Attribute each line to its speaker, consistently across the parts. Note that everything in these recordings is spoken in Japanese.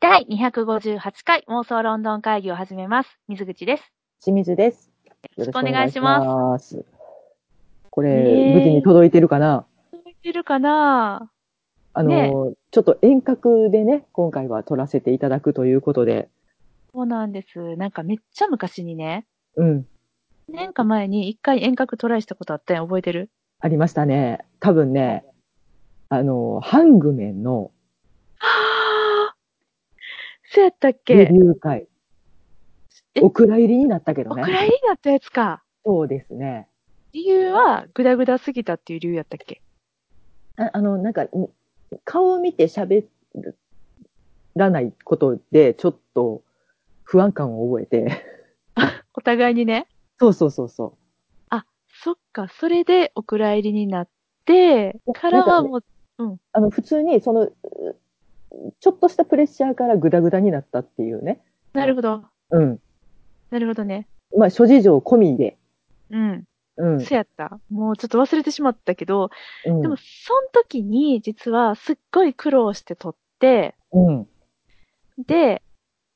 Speaker 1: 第258回妄想ロンドン会議を始めます。水口です。
Speaker 2: 清水です。
Speaker 1: よろしくお願いします。
Speaker 2: す。これ、
Speaker 1: ねえ
Speaker 2: 無事に届いてるかな
Speaker 1: 聞いてるかな
Speaker 2: あの、
Speaker 1: ね
Speaker 2: ちょっと遠隔でね、今回は撮らせていただくということで、
Speaker 1: そうなんです。なんかめっちゃ昔にね、
Speaker 2: うん、
Speaker 1: 年か前に一回遠隔トライしたことあったやん、覚えてる
Speaker 2: ありましたね。多分ね、あの、ハングメンの
Speaker 1: はぁ そうやったっ
Speaker 2: レ
Speaker 1: け
Speaker 2: ビュー会
Speaker 1: え。
Speaker 2: お蔵入りになったけど
Speaker 1: お
Speaker 2: ね。
Speaker 1: 蔵入りになったやつか。
Speaker 2: そうですね。
Speaker 1: 理由は、グダグダすぎたっていう理由やったっけ
Speaker 2: ああの、なんか、ん顔を見て喋らないことで、ちょっと不安感を覚えて。
Speaker 1: お互いにね。
Speaker 2: そうそうそうそう。
Speaker 1: そっか、それでお蔵入りになって、からはもう、
Speaker 2: あの、普通に、その、うちょっとしたプレッシャーからグダグダになったっていうね。
Speaker 1: なるほど。
Speaker 2: うん。
Speaker 1: なるほどね。
Speaker 2: まあ、諸事情込みで。
Speaker 1: うん。
Speaker 2: うん。
Speaker 1: そうやった。もうちょっと忘れてしまったけど、
Speaker 2: うん、
Speaker 1: でも、その時に、実は、すっごい苦労して撮って、
Speaker 2: うん。
Speaker 1: で、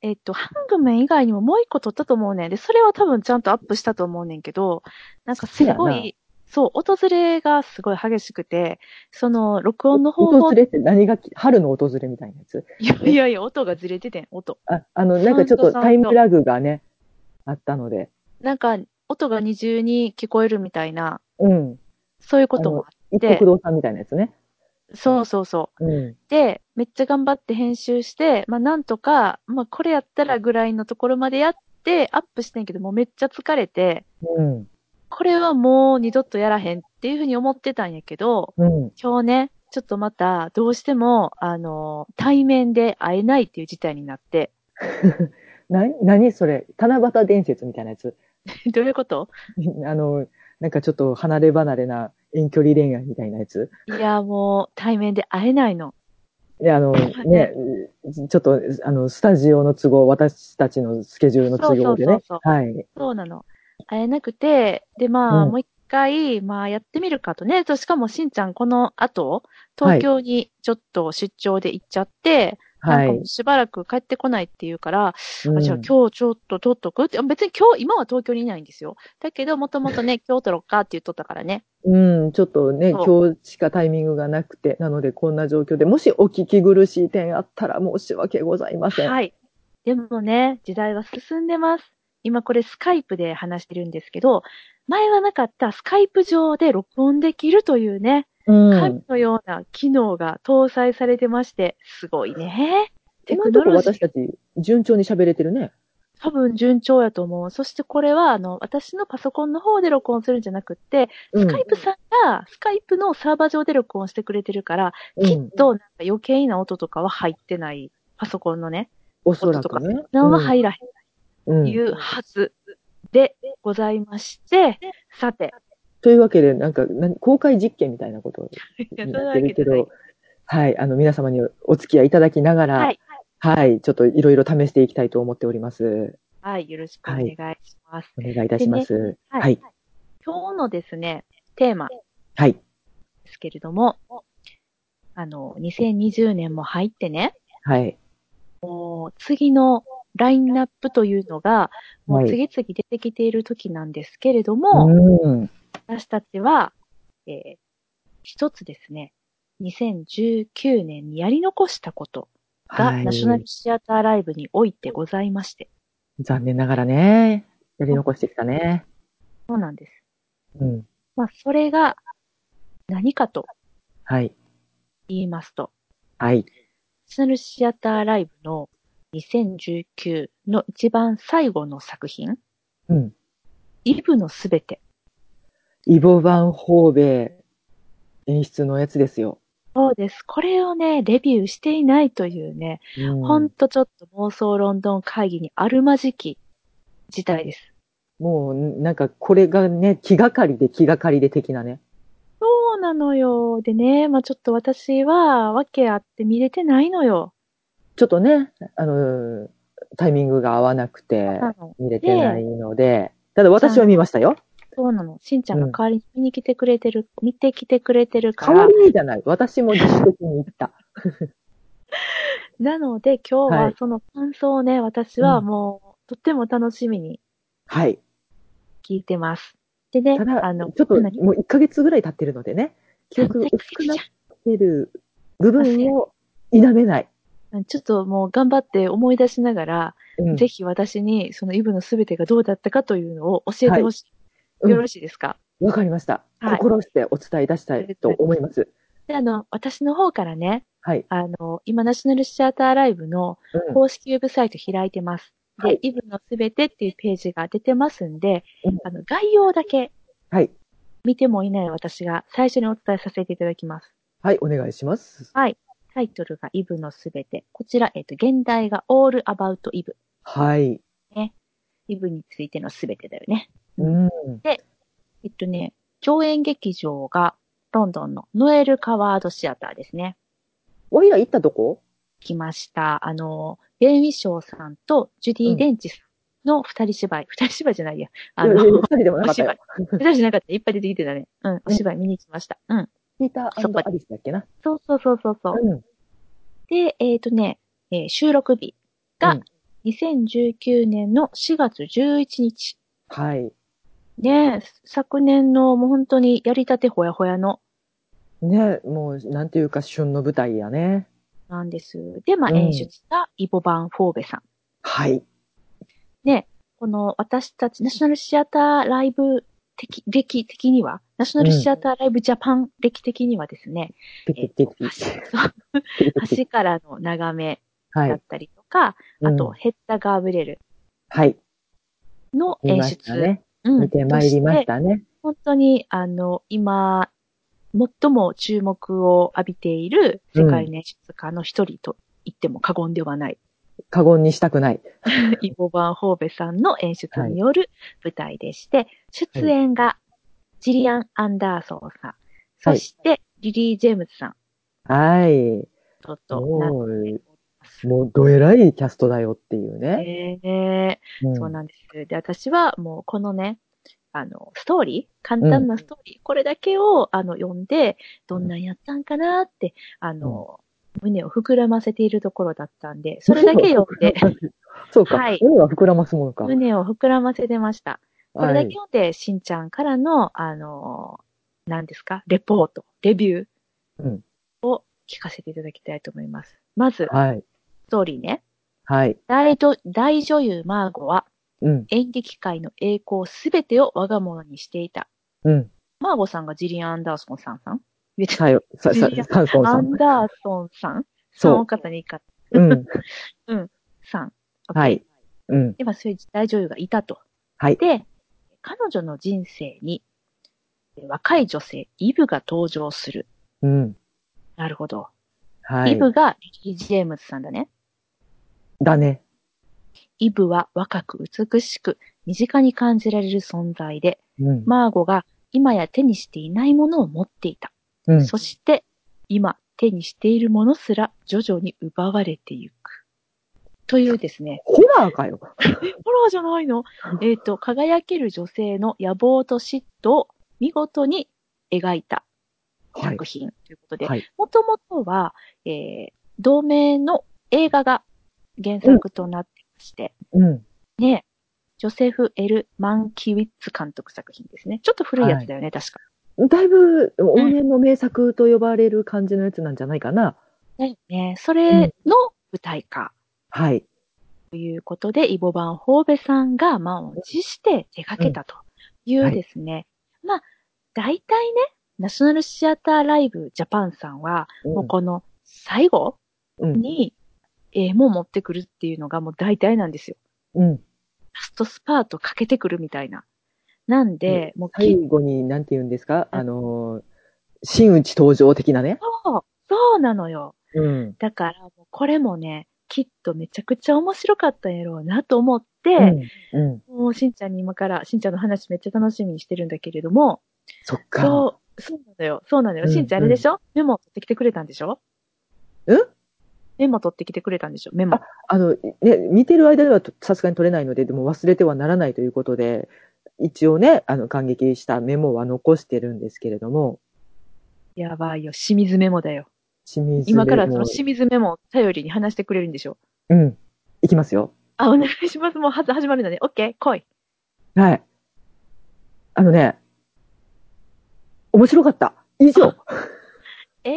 Speaker 1: えっと、ハングメン以外にももう一個撮ったと思うねん。で、それは多分ちゃんとアップしたと思うねんけど、なんかす
Speaker 2: そう
Speaker 1: ご、
Speaker 2: やない
Speaker 1: そう、訪れがすごい激しくて、その、録音の方
Speaker 2: 訪
Speaker 1: 法、い
Speaker 2: れって何がき、春の訪れみたいなやつ
Speaker 1: やいやいや、音がずれててん、音。
Speaker 2: あ、あの、なんかちょっ
Speaker 1: サウ
Speaker 2: と
Speaker 1: ンド
Speaker 2: タイムラグがね、あったので。
Speaker 1: なんか、音が二重に聞こえるみたいな、
Speaker 2: うん。
Speaker 1: そういうこともあ
Speaker 2: 一
Speaker 1: で
Speaker 2: 国堂さんみたいなやつね。
Speaker 1: そうそうそう。
Speaker 2: うん。
Speaker 1: で、めっちゃ頑張って編集して、まあなんとか、まあこれやったらぐらいのところまでやって、アップしてんけど、もうめっちゃ疲れて、
Speaker 2: うん。
Speaker 1: これはもう二度とやらへんっていうふうに思ってたんやけど、
Speaker 2: うん。
Speaker 1: 今日ね、ちょっとまた、どうしても、あの、対面で会えないっていう事態になって、
Speaker 2: な、何それ七夕伝説みたいなやつ。
Speaker 1: どういうこと
Speaker 2: あの、なんかちょっと離れ離れな遠距離恋愛みたいなやつ。
Speaker 1: いや、もう対面で会えないの。
Speaker 2: で、あの、ね、ちょっと、あの、スタジオの都合、私たちのスケジュールの都合でね。
Speaker 1: そうそうそう
Speaker 2: はい。
Speaker 1: そうなの。会えなくて、で、まあ、
Speaker 2: うん
Speaker 1: もう一回、まあ、やってみるかとね。と、しかも、しんちゃん、この後、東京にちょっと出張で行っちゃって、な
Speaker 2: は
Speaker 1: ん
Speaker 2: い
Speaker 1: か。しばらく帰ってこないっていうから、
Speaker 2: うん
Speaker 1: あじゃあ今日ちょっと取っとくって、別に今日、今は東京にいないんですよ。だけど、もともと ね、今日取ろっかって言っとったからね。
Speaker 2: うん、ちょっとね、
Speaker 1: そ
Speaker 2: 今日しかタイミングがなくて、なのでこんな状況で、もしお聞き苦しい点あったら申し訳ございません。
Speaker 1: はい。でもね、時代は進んでます。今これスカイプで話してるんですけど、前はなかったスカイプ上で録音できるというね、
Speaker 2: うん
Speaker 1: 神。のような機能が搭載されてまして、すごいね。テ
Speaker 2: 今
Speaker 1: ク
Speaker 2: のと
Speaker 1: ノ
Speaker 2: こ
Speaker 1: ロジ
Speaker 2: 私
Speaker 1: ー、
Speaker 2: たち順調に喋れてるね。
Speaker 1: 多分順調やと思う。そしてこれは、あの、私のパソコンの方で録音するんじゃなくって、
Speaker 2: うん
Speaker 1: スカイプさんが、スカイプのサーバー上で録音してくれてるから、
Speaker 2: う
Speaker 1: きっ
Speaker 2: ん。
Speaker 1: と、なんか余計な音とかは入ってない。パソコンのね、
Speaker 2: おそらくね。
Speaker 1: 何は
Speaker 2: っ
Speaker 1: 入らへん
Speaker 2: て
Speaker 1: というはずでございまして、さて、
Speaker 2: というわけで、なんか、何公開実験みたいなこと
Speaker 1: いや
Speaker 2: に
Speaker 1: そんな
Speaker 2: なっ
Speaker 1: わ
Speaker 2: て
Speaker 1: けじ
Speaker 2: るけ
Speaker 1: ゃない
Speaker 2: ど、はい、あの、皆様にお付き合いいただきながら、
Speaker 1: はい。
Speaker 2: はい、ちょっといろいろ試していきたいと思っております。
Speaker 1: はい、よろしくお願いします。
Speaker 2: お願いいたします。
Speaker 1: はい
Speaker 2: はい。
Speaker 1: 今日のですね、テーマ、
Speaker 2: はい。
Speaker 1: ですけれども、あの、2020年も入ってね、
Speaker 2: はい。
Speaker 1: もう次のラインナップというのが、も
Speaker 2: は
Speaker 1: う
Speaker 2: い
Speaker 1: 次々出てきている時なんですけれども、
Speaker 2: うん。
Speaker 1: 私たちは、えー一つですね、2019年にやり残したことが、
Speaker 2: はい
Speaker 1: ナショナルシアターライブにおいてございまして、
Speaker 2: 残念ながらね、やり残してきたね。
Speaker 1: そうなんです。
Speaker 2: うん。
Speaker 1: まあ、それが何かと
Speaker 2: はい。
Speaker 1: 言いますと、
Speaker 2: はい。
Speaker 1: ナショナルシアターライブの2019の一番最後の作品、
Speaker 2: うん。
Speaker 1: イブのすべて。
Speaker 2: イボ・バン・ホーベ演出のやつですよ。
Speaker 1: そうです。これをね、レビューしていないというね、
Speaker 2: うん
Speaker 1: ほんとちょっと妄想ロンドン会議にあるまじき事態です。
Speaker 2: もう、なんか、これがね、気がかりで気がかりで的なね。
Speaker 1: そうなのよ。でね、まあちょっと私は、わけあって見れてないのよ。
Speaker 2: ちょっとね、あのータイミングが合わなくて、
Speaker 1: なの
Speaker 2: 見れてないので、ただ私は見ましたよ。
Speaker 1: そうなの。しんちゃんが代わりに見に来てくれてる、見てきてくれてるか
Speaker 2: 代わ
Speaker 1: ら、
Speaker 2: りにじゃない。私も自主的に行った。
Speaker 1: なので、今日
Speaker 2: は
Speaker 1: はいその感想をね、私は
Speaker 2: うん
Speaker 1: もう、とっても楽しみに
Speaker 2: はい。
Speaker 1: 聞いてます。でね
Speaker 2: た、だ、
Speaker 1: あの、
Speaker 2: ちょっと
Speaker 1: 何
Speaker 2: もう1ヶ月ぐらい経ってるのでね、記憶が薄くなってる部分を否めない。
Speaker 1: うんちょっともう頑張って思い出しながら、
Speaker 2: うん
Speaker 1: ぜひ私にそのイブのすべてがどうだったかというのを教えてほしい。
Speaker 2: うん
Speaker 1: よろしいですか、
Speaker 2: わかりました。
Speaker 1: はい
Speaker 2: 心してお伝えいたしたいと思います。
Speaker 1: で、あの、私の方からね、
Speaker 2: はい。
Speaker 1: あの、今ナショナルシアターライブの
Speaker 2: うん
Speaker 1: 公式ウェブサイト開いてます。で、
Speaker 2: はい
Speaker 1: イブのすべてっていうページが出てますんで、
Speaker 2: うん
Speaker 1: あの、概要だけ
Speaker 2: はい。
Speaker 1: 見てもいない私が最初にお伝えさせていただきます。
Speaker 2: はい、お願いします。
Speaker 1: タイトルがイブのすべて。こちら、えっ、と、現代が All About イブ。
Speaker 2: はい。
Speaker 1: イブについてのすべてだよね。
Speaker 2: うん。
Speaker 1: えっとね、上演劇場がロンドンのノエル・カワードシアターですね。
Speaker 2: おいら行ったとこ
Speaker 1: 来ました。あの、ベン・ウィショーさんとジュディ・デンチさんの二人芝居。二人芝居じゃないや。あ
Speaker 2: いやいや
Speaker 1: の
Speaker 2: 二、人でもなかっ たよ。
Speaker 1: 二人じゃなかった。いっぱい出てきてたね。うん、お芝居見に来ました。うん。
Speaker 2: ピータ
Speaker 1: そこ
Speaker 2: ーアリスだっけな。
Speaker 1: そうそうそうそうそう。
Speaker 2: うん。
Speaker 1: で、えっ、とね、えー収録日が
Speaker 2: うん
Speaker 1: 2019年の4月11日。
Speaker 2: はい。
Speaker 1: ねえ昨年のもう本当にやりたてほやほやの
Speaker 2: ね、もう、なんていうか、旬の舞台やね。
Speaker 1: なんです。で、まあ
Speaker 2: うん
Speaker 1: 演出したイボバン・フォーベさん。
Speaker 2: はい。
Speaker 1: この私たち、ナショナルシアターライブ的、歴的には、ナショナルシアターライブジャパン歴的にはですね、
Speaker 2: ピ
Speaker 1: えっ
Speaker 2: ピピ
Speaker 1: と
Speaker 2: ピ
Speaker 1: 橋
Speaker 2: ピ
Speaker 1: そう
Speaker 2: ピピ
Speaker 1: 橋
Speaker 2: ピ
Speaker 1: からの眺め
Speaker 2: は
Speaker 1: だっ
Speaker 2: い。
Speaker 1: たりとか、
Speaker 2: うん
Speaker 1: あと、ヘッダ・ガーブレル
Speaker 2: はい。
Speaker 1: の
Speaker 2: 見
Speaker 1: 演
Speaker 2: まし
Speaker 1: 出。
Speaker 2: たね。
Speaker 1: うん
Speaker 2: 見てまいりまし。
Speaker 1: とて
Speaker 2: たね。
Speaker 1: 本当に、あの、今、最も注目を浴びている世界の演出家の一人と言っても過言ではない、
Speaker 2: 過言にしたくない。
Speaker 1: イボ・バン・ホーベさんの演出による舞台でして、出演がジリアン・アンダーソンさん、そしてリリー・ジェームズさん
Speaker 2: はい。
Speaker 1: と、となっ
Speaker 2: もう、
Speaker 1: て
Speaker 2: もう、どえらいキャストだよっていうね。
Speaker 1: えー
Speaker 2: うん
Speaker 1: そうなんです。で、私はもうこのね、あの、ストーリー、簡単なストーリー、これだけを、あの、読んで、どんなんやったんかなって、あの、胸を膨らませているところだったんで、それだけ読んで、。
Speaker 2: そうか。
Speaker 1: はい
Speaker 2: 胸は膨らますものか。
Speaker 1: 胸を膨らませてました。これ
Speaker 2: は
Speaker 1: だけ
Speaker 2: い。
Speaker 1: 読んで、しんちゃんからの、あの、何ですか、レポート、レビュー
Speaker 2: うん
Speaker 1: を聞かせていただきたいと思います。まず、
Speaker 2: はい。
Speaker 1: ストーリーね。
Speaker 2: はい。
Speaker 1: 大女大女優マーゴは
Speaker 2: うん。
Speaker 1: 演劇界の栄光すべてを我が物にしていた。
Speaker 2: うん。マ
Speaker 1: マーゴさんがジリアン・アンダーソンさんさん言えて
Speaker 2: さよ、さ、さ
Speaker 1: ジリア、ン
Speaker 2: サンソン
Speaker 1: ア
Speaker 2: さ
Speaker 1: ン
Speaker 2: ん。
Speaker 1: ダーソンさんそ
Speaker 2: そう
Speaker 1: の方にいか
Speaker 2: うん。
Speaker 1: さん。
Speaker 2: はい。うん。
Speaker 1: で、まあ、そういう大女優がいたと。
Speaker 2: はい。
Speaker 1: で、彼女の人生に、若い女性、イブが登場する。
Speaker 2: うん。
Speaker 1: なるほど。
Speaker 2: は
Speaker 1: イ
Speaker 2: い。
Speaker 1: ブがリリー・ジェームズさんだね。
Speaker 2: だね。
Speaker 1: イブは若く美しく、身近に感じられる存在で、
Speaker 2: うん。
Speaker 1: マーゴが今や手にしていないものを持っていた。
Speaker 2: うん。
Speaker 1: そして、今、手にしているものすら徐々に奪われていく。というですね、
Speaker 2: ホラーかよ。
Speaker 1: ホラーじゃないのえっ、と、輝ける女性の野望と嫉妬を見事に描いた
Speaker 2: はい
Speaker 1: 作。品ということで、
Speaker 2: はい。
Speaker 1: もともとは、えー同名の映画が原作となってまして、
Speaker 2: うん。
Speaker 1: ね、ジョセフ・エル・マンキウィッツ監督作品ですね。ちょっと古いやつだよね、確か。
Speaker 2: だいぶ、往年の名作と呼ばれる感じのやつなんじゃないかな。
Speaker 1: だよね。それの舞台化
Speaker 2: はい。
Speaker 1: ということで、イボバン・ホーベさんが満を持して手掛けたとい
Speaker 2: は
Speaker 1: う
Speaker 2: い
Speaker 1: ですね。まあ、大体ね、ナショナルシアターライブジャパンさんは、もうこの最後
Speaker 2: うん。
Speaker 1: に、えーもう持ってくるっていうのがもう大体なんですよ。
Speaker 2: うん。
Speaker 1: ラストスパートかけてくるみたいな。なんで、もう
Speaker 2: 最
Speaker 1: きっ
Speaker 2: 後に、なんて言うんですか、
Speaker 1: うん
Speaker 2: あのー、真打ち登場的なね。
Speaker 1: と、そうなのよ。
Speaker 2: うん。
Speaker 1: だから、もうこれもね、きっとめちゃくちゃ面白かったんやろうなと思っ
Speaker 2: う
Speaker 1: て、
Speaker 2: ん。うん。
Speaker 1: もうしんちゃんに今から、しんちゃんの話めっちゃ楽しみにしてるんだけれども、
Speaker 2: そっか。
Speaker 1: そう、そうなのよ。そうなのよ。
Speaker 2: うん
Speaker 1: しんちゃんあれでしょ、メモ取ってきてくれたんでしょ
Speaker 2: え
Speaker 1: メモ取ってきてくれたんでしょメモ。
Speaker 2: あの、ね、見てる間ではとさすがに取れないので、でも忘れてはならないということで、一応ね、あの、感激したメモは残してるんですけれども、
Speaker 1: やばいよ。清水メモだよ。
Speaker 2: 清水
Speaker 1: 今からその
Speaker 2: も
Speaker 1: 清水メモを頼りに話してくれるんでしょ
Speaker 2: うん。いきますよ。
Speaker 1: あ、お願いします。もうは始まるんだね。オッケー、来い。
Speaker 2: はい。あのね、面白かった。以上。
Speaker 1: で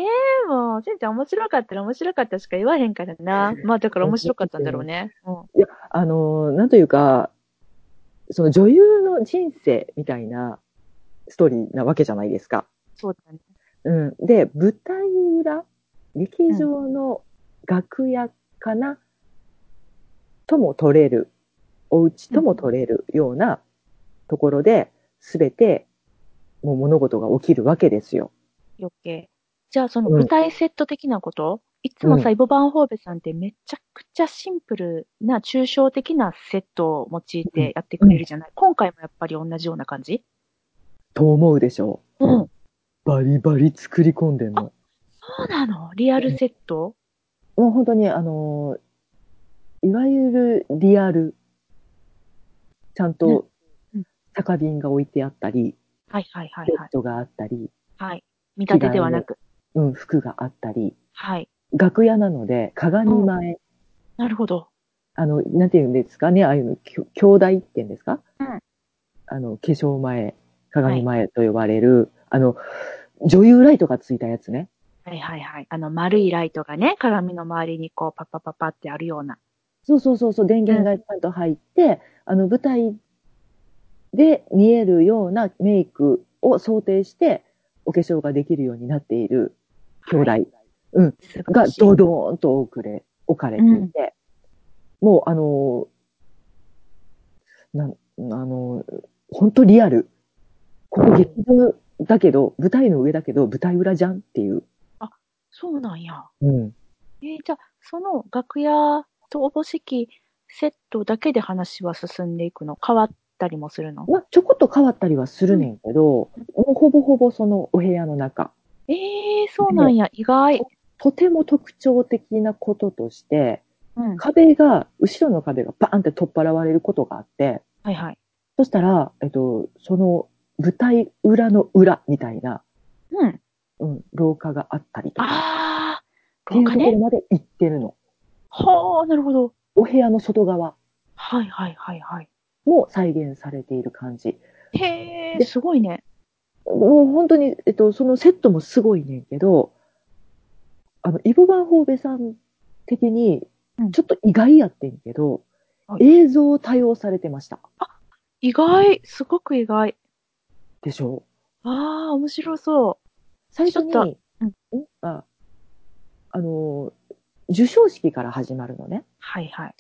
Speaker 1: も、せんちゃん面白かったら面白かったしか言わへんからな。まあだから面白かったんだろうね。うん。
Speaker 2: いや、あのー、なんというか、その女優の人生みたいなストーリーなわけじゃないですか。
Speaker 1: そうだね。
Speaker 2: うん。で、舞台裏、劇場の楽屋かな、とも取れる、お家とも取れるようなところで、すべて、もう物事が起きるわけですよ。
Speaker 1: 余計。じゃあその舞台セット的なこと、いつもさ、イボバンホーベさんってめちゃくちゃシンプルな抽象的なセットを用いてやってくれるじゃない、今回もやっぱり同じような感じ
Speaker 2: と思うでしょ
Speaker 1: うんん。
Speaker 2: バリバリ作り込んでんの。
Speaker 1: そうなのリアルセット、
Speaker 2: もう本当に、あのーいわゆるリアル、ちゃん
Speaker 1: うん
Speaker 2: と
Speaker 1: うん
Speaker 2: 酒瓶が置いてあったり、
Speaker 1: はいはいはい
Speaker 2: ベ
Speaker 1: は
Speaker 2: ッ
Speaker 1: い。
Speaker 2: ドがあったり、
Speaker 1: はい。見立てではなく。
Speaker 2: うん、服があったり、
Speaker 1: はい。
Speaker 2: 楽屋なので鏡前、
Speaker 1: なるほど。
Speaker 2: あの、なんていうんですかね、ああいうの、きょ兄弟っていうんですか
Speaker 1: うん
Speaker 2: あの、化粧前、鏡前と呼ばれる、あの、女優ライトがついたやつね。
Speaker 1: はいはいはい。あの丸いライトがね、鏡の周りにこうパッパッパッパってあるような。
Speaker 2: そうそうそう、そう電源がちゃんと入って、あの、舞台で見えるようなメイクを想定して、お化粧ができるようになっている兄弟
Speaker 1: はい。素晴
Speaker 2: が
Speaker 1: らしい
Speaker 2: ドドーンと置かれ、置かれていて、もうあのー、なん、あのー、本当リアル。ここ劇場だけど、舞台の上だけど、舞台裏じゃんっていう。
Speaker 1: そうなんや。
Speaker 2: うん。
Speaker 1: えーじゃあ、その楽屋とおぼしきセットだけで話は進んでいくの変わったりもするの
Speaker 2: まあ、ちょこっと変わったりはするねんけど、ほぼほぼそのお部屋の中。
Speaker 1: えー、そうなんや。意外。
Speaker 2: とても特徴的なこととして、
Speaker 1: うん。
Speaker 2: 壁が、後ろの壁がバーンって取っ払われることがあって、
Speaker 1: はいはい。
Speaker 2: そしたら、えっと、その舞台裏の裏みたいな、
Speaker 1: うん。
Speaker 2: うん、廊下があったりとか、
Speaker 1: あ
Speaker 2: っ
Speaker 1: ー、
Speaker 2: て
Speaker 1: 廊
Speaker 2: いう
Speaker 1: 下
Speaker 2: ところ
Speaker 1: ね。
Speaker 2: まで行ってるの。
Speaker 1: はー、なるほど。
Speaker 2: お部屋の外側
Speaker 1: はいはいはいはい。
Speaker 2: も再現されている感じ。
Speaker 1: へー、
Speaker 2: で
Speaker 1: すごいね。
Speaker 2: もう本当に、えっと、そのセットもすごいねんけど、あの、イボバンホーベさん的に
Speaker 1: うん、
Speaker 2: ちょっと意外やってんけど、
Speaker 1: はい
Speaker 2: 映像を多用されてました。
Speaker 1: 意外。すごく意外。
Speaker 2: でしょ
Speaker 1: あー、面白そう。
Speaker 2: 最初
Speaker 1: ちょっ
Speaker 2: に、
Speaker 1: うん
Speaker 2: んああのー、授賞式から始まるのね。
Speaker 1: はいはい。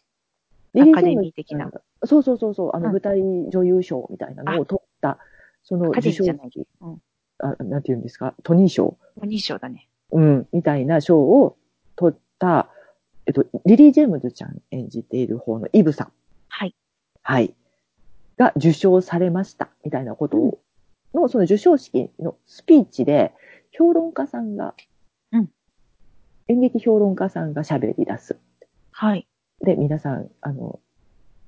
Speaker 2: リリー・
Speaker 1: アカデミー的な
Speaker 2: ジェームズさんがそうそうそうそう、あの、
Speaker 1: うん
Speaker 2: 舞台女優賞みたいなのを取った、その
Speaker 1: アカデ
Speaker 2: 受
Speaker 1: ミー
Speaker 2: 賞
Speaker 1: じゃない
Speaker 2: 式、
Speaker 1: うん
Speaker 2: あ、なんて言うんですか、トニー賞、
Speaker 1: お認証だね。
Speaker 2: うん、みたいな賞を取った、えっと、リリー・ジェームズちゃん演じている方のイブさん。
Speaker 1: はい。
Speaker 2: はい。が受賞されました、みたいなことを、の、その受賞式のスピーチで、評論家さんが、
Speaker 1: うん
Speaker 2: 演劇評論家さんが喋り出す。
Speaker 1: はい。
Speaker 2: で、皆さん、あの、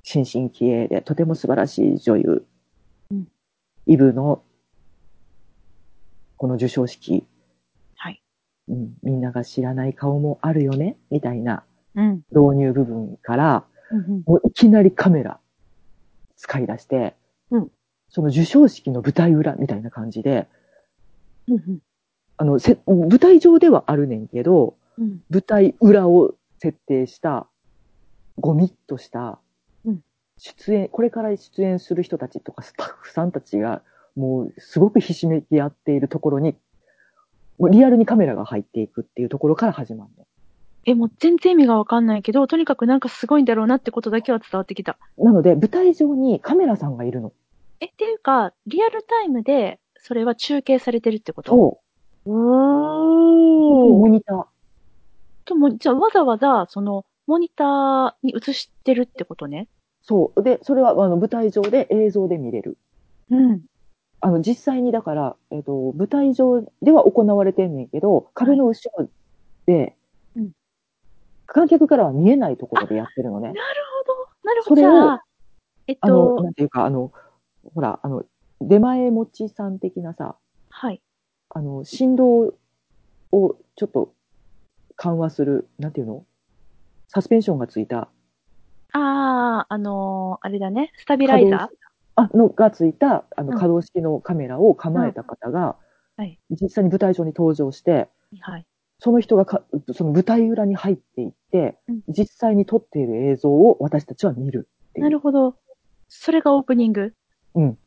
Speaker 2: 心身気鋭で、とても素晴らしい女優、
Speaker 1: うん
Speaker 2: イブの、この授賞式、
Speaker 1: はい。
Speaker 2: うん、みんなが知らない顔もあるよね、みたいな
Speaker 1: うん。
Speaker 2: 導入部分から、
Speaker 1: うんうん
Speaker 2: もういきなりカメラ使い出して、
Speaker 1: うん
Speaker 2: その授賞式の舞台裏みたいな感じで、
Speaker 1: うんうん
Speaker 2: あの、せ舞台上ではあるねんけど、
Speaker 1: うん。
Speaker 2: 舞台裏を設定した、ゴミっとした
Speaker 1: うん、
Speaker 2: 出演、これから出演する人たちとかスタッフさんたちが、もうすごくひしめき合っているところに、もうリアルにカメラが入っていくっていうところから始まる
Speaker 1: え、もう全然意味がわかんないけど、とにかくなんかすごいんだろうなってことだけは伝わってきた。
Speaker 2: の。なので、舞台上にカメラさんがいるの
Speaker 1: え、っていうか、リアルタイムで、それは中継されてるってこと
Speaker 2: と、
Speaker 1: お
Speaker 2: モ
Speaker 1: ー。
Speaker 2: ニター。
Speaker 1: でも、じゃあわざわざ、その、モニターに映してるってことね。
Speaker 2: そう。で、それはあの舞台上で映像で見れる。
Speaker 1: うん。
Speaker 2: あの、実際にだから、えっ、と、舞台上では行われてんねんけど、壁の後ろで、
Speaker 1: うん
Speaker 2: 観客からは見えないところでやってるのね。
Speaker 1: なる
Speaker 2: そ
Speaker 1: ほど。
Speaker 2: れ
Speaker 1: じ
Speaker 2: を
Speaker 1: ゃあ、えっ
Speaker 2: あの、
Speaker 1: と
Speaker 2: な、んていうか、あの、ほら、あの、出前持ちさん的なさ、
Speaker 1: はい。
Speaker 2: あの、振動をちょっと緩和する、なんていうのサスペンションがついた、
Speaker 1: ああ、あのーあれだね、スタビライザ
Speaker 2: あの、がついた、あの、
Speaker 1: うん
Speaker 2: 可動式のカメラを構えた方が、
Speaker 1: うんはい
Speaker 2: 実際に舞台上に登場して、
Speaker 1: ーはい。
Speaker 2: その人がか、その舞台裏に入っていって、
Speaker 1: うん
Speaker 2: 実際に撮っている映像を私たちは見るっていう。
Speaker 1: なるほど。それがオープニング
Speaker 2: うん。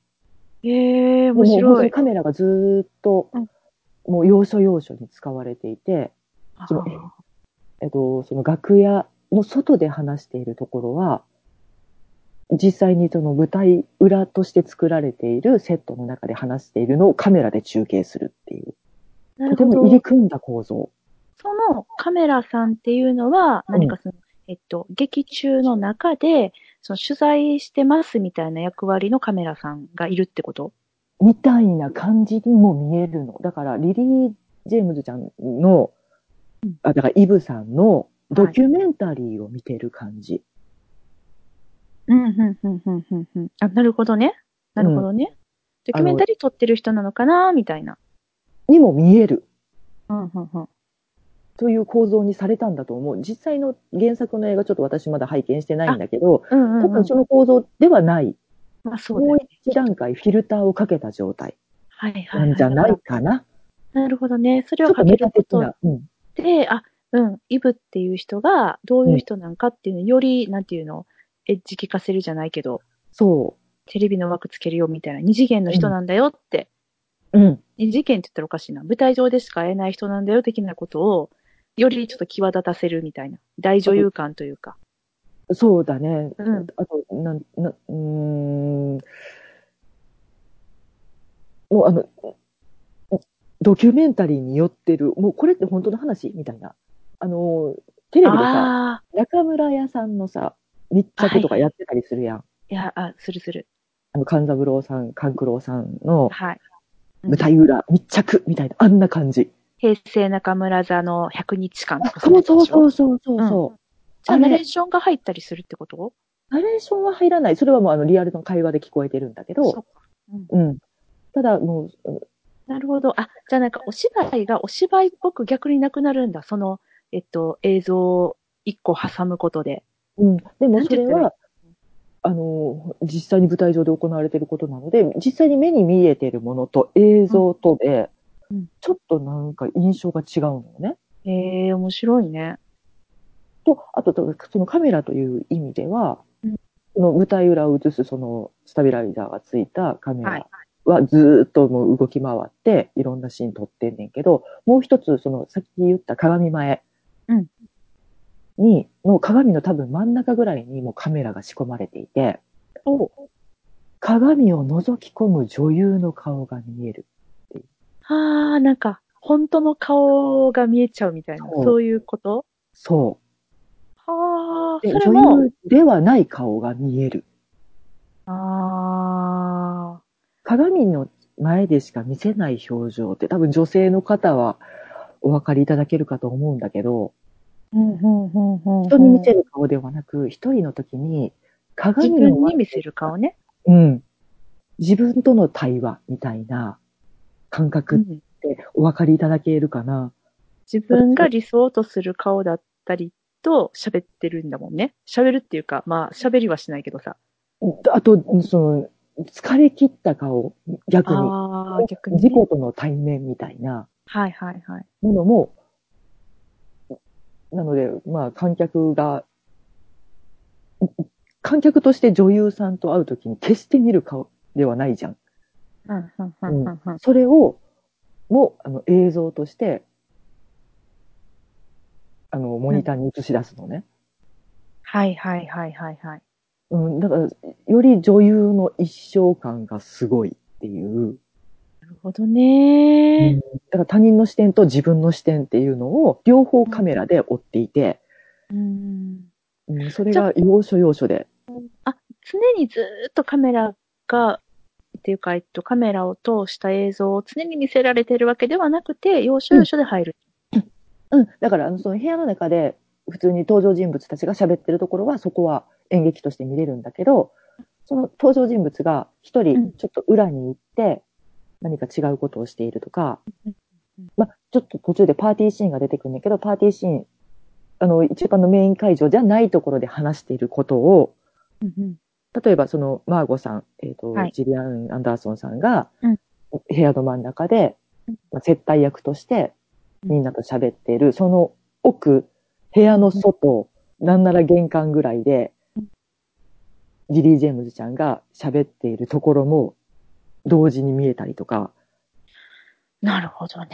Speaker 1: ええー、面
Speaker 2: もう本当
Speaker 1: 白
Speaker 2: に
Speaker 1: い。
Speaker 2: カメラがずーっと、
Speaker 1: うん
Speaker 2: もう要所要所に使われていて、
Speaker 1: あ
Speaker 2: そのえっと、その楽屋の外で話しているところは、実際にその舞台裏として作られているセットの中で話しているのをカメラで中継するっていう。
Speaker 1: な
Speaker 2: と
Speaker 1: る
Speaker 2: て
Speaker 1: ほ
Speaker 2: も入り
Speaker 1: ど。
Speaker 2: 組んだ構造。
Speaker 1: そのカメラさんっていうのは、
Speaker 2: うん
Speaker 1: 何かその、えっと、劇中の中で、その取材してますみたいな役割のカメラさんがいるってこと
Speaker 2: みたいな感じにも見えるの。だから、リリー・ジェームズちゃんの、
Speaker 1: うん
Speaker 2: あ、だからイブさんのドキュメンタリーを見てる感じ。
Speaker 1: うん、うん、うん、うん、うん、うん。あ、なるほどね。なるほどね。ドキュメンタリー撮ってる人なのかなみたいな。
Speaker 2: にも見える。
Speaker 1: うん、うん、うん。
Speaker 2: という構造にされたんだと思う。実際の原作の映画、ちょっと私まだ拝見してないんだけど、
Speaker 1: うん、う
Speaker 2: 多
Speaker 1: ん、うん
Speaker 2: 分。その構造ではない。
Speaker 1: まあ、そう
Speaker 2: も
Speaker 1: だ
Speaker 2: う
Speaker 1: ね。
Speaker 2: 一段階フィルターをかけた状態
Speaker 1: はい、はい
Speaker 2: な
Speaker 1: はい。
Speaker 2: んじゃないかな。
Speaker 1: なるほどね。そ
Speaker 2: ち
Speaker 1: れ
Speaker 2: ょ
Speaker 1: を
Speaker 2: っと
Speaker 1: か
Speaker 2: メ
Speaker 1: ける
Speaker 2: タ
Speaker 1: こ
Speaker 2: 的
Speaker 1: と
Speaker 2: な。うん。
Speaker 1: で、あ、うん、イブっていう人がどういう人なんかっていうの、より、なんていうの、エッジ聞かせるじゃないけど、
Speaker 2: そ
Speaker 1: テレビの枠つけるよみたいな、二次元の人なんだよって、
Speaker 2: う。うん。
Speaker 1: 二次元って言ったらおかしいな、舞台上でしか会えない人なんだよ的なことを、よりちょっと際立たせるみたいな、大女優感というか。
Speaker 2: そうだね。
Speaker 1: うん
Speaker 2: あと、なん、な、うーん。もうあの、ドキュメンタリーによってる、もうこれって本当の話みたいな。あの、テレビでさ、
Speaker 1: ああ、
Speaker 2: 中村屋さんのさ、密着とかやってたりするやん。
Speaker 1: いや、あ、するする。
Speaker 2: あの、勘三郎さん、勘九郎さんの
Speaker 1: はい。
Speaker 2: 舞台裏密着みたいな、あんな感じ。
Speaker 1: 平成中村座の100日間とか。
Speaker 2: そうそうそううそうそうそう。
Speaker 1: じゃあ、
Speaker 2: あれ
Speaker 1: ナレーションが入ったりするってこと
Speaker 2: ナレーションは入らない。それはもうあのリアルの会話で聞こえてるんだけ
Speaker 1: そ
Speaker 2: ど、
Speaker 1: っかうん
Speaker 2: うん。ただもう、
Speaker 1: なるほど。あ、じゃあなんかお芝居がお芝居っぽく逆になくなるんだ。その、えっと、映像を一個挟むことで。
Speaker 2: うん。で
Speaker 1: な
Speaker 2: も
Speaker 1: ん
Speaker 2: そ
Speaker 1: て言
Speaker 2: れ
Speaker 1: ったらいい
Speaker 2: は、あの、実際に舞台上で行われていることなので、実際に目に見えているものと映像とで、
Speaker 1: うんうん
Speaker 2: ちょっとなんか印象が違うのよね。
Speaker 1: ええー、面白いね。
Speaker 2: と、あと、そのカメラという意味では、
Speaker 1: うん
Speaker 2: その舞台裏を映すそのスタビライザーがついたカメ
Speaker 1: は
Speaker 2: ラ
Speaker 1: い。
Speaker 2: はずーっともう動き回って、いろんなシーン撮ってんねんけど、もう一つ、その、さっき言った鏡前。
Speaker 1: うん
Speaker 2: に、の鏡の多分真ん中ぐらいにもうカメラが仕込まれていて、鏡を覗き込む女優の顔が見える。
Speaker 1: ああ、なんか、本当の顔が見えちゃうみたいな、
Speaker 2: そう
Speaker 1: そういうこと
Speaker 2: そ
Speaker 1: はあ、
Speaker 2: う。で
Speaker 1: それ
Speaker 2: 女
Speaker 1: も、
Speaker 2: 優ではない顔が見える。
Speaker 1: ああ、
Speaker 2: 鏡の前でしか見せない表情って多分女性の方はお分かりいただけるかと思うんだけど、
Speaker 1: うん、うん、うん、うん。
Speaker 2: 人に見せる顔ではなく、一人の時に鏡
Speaker 1: 自
Speaker 2: の
Speaker 1: 分に見せる顔ね。
Speaker 2: うん。自分との対話みたいな感覚
Speaker 1: う
Speaker 2: っ
Speaker 1: ん
Speaker 2: てお分かりいただけるかな。
Speaker 1: 自分が理想とする顔だったりと喋ってるんだもんね。喋るっていうか、まあ喋りはしないけどさ。
Speaker 2: あと、その、疲れ切った顔、逆に。
Speaker 1: ああ、逆にね。
Speaker 2: 自己との対面みたいな
Speaker 1: はいはいはい。
Speaker 2: ものも、なので、まあ、観客が、観客として女優さんと会うときに決して見る顔ではないじゃん。
Speaker 1: うんうんうんうんうん
Speaker 2: それを、もう、あの、映像として、あの、モニターに映し出すのね。
Speaker 1: はいはいはいはいはい。
Speaker 2: うん、だから、より女優の一生感がすごいっていう。
Speaker 1: なるほどね。
Speaker 2: だから他人の視点と自分の視点っていうのを、両方カメラで追っていて、
Speaker 1: うん
Speaker 2: うん、それが要所要所で。
Speaker 1: 常にずーっとカメラが、っていうか、えっと、カメラを通した映像を常に見せられてるわけではなくて、要所要所で入る。
Speaker 2: うん。だから、あの、その部屋の中で、普通に登場人物たちが喋ってるところは、そこは演劇として見れるんだけど、その登場人物が一
Speaker 1: うん
Speaker 2: 人、ちょっと裏に行って、何か違うことをしているとか、まあ、ちょっと途中でパーティーシーンが出てくるんだけど、パーティーシーン、あの、一番のメイン会場じゃないところで話していることを、
Speaker 1: うんうん
Speaker 2: 例えばそのマーゴさん、えっ、と、
Speaker 1: はい
Speaker 2: ジリアン・アンダーソンさんが、
Speaker 1: うん
Speaker 2: 部屋の真ん中で
Speaker 1: うん、
Speaker 2: まあ、接待役として
Speaker 1: うん
Speaker 2: みんなと喋っている、その奥、部屋の外、なんなら玄関ぐらいで
Speaker 1: うん、
Speaker 2: ジリー・ジェームズちゃんが喋っているところも同時に見えたりとか、
Speaker 1: なるほどね。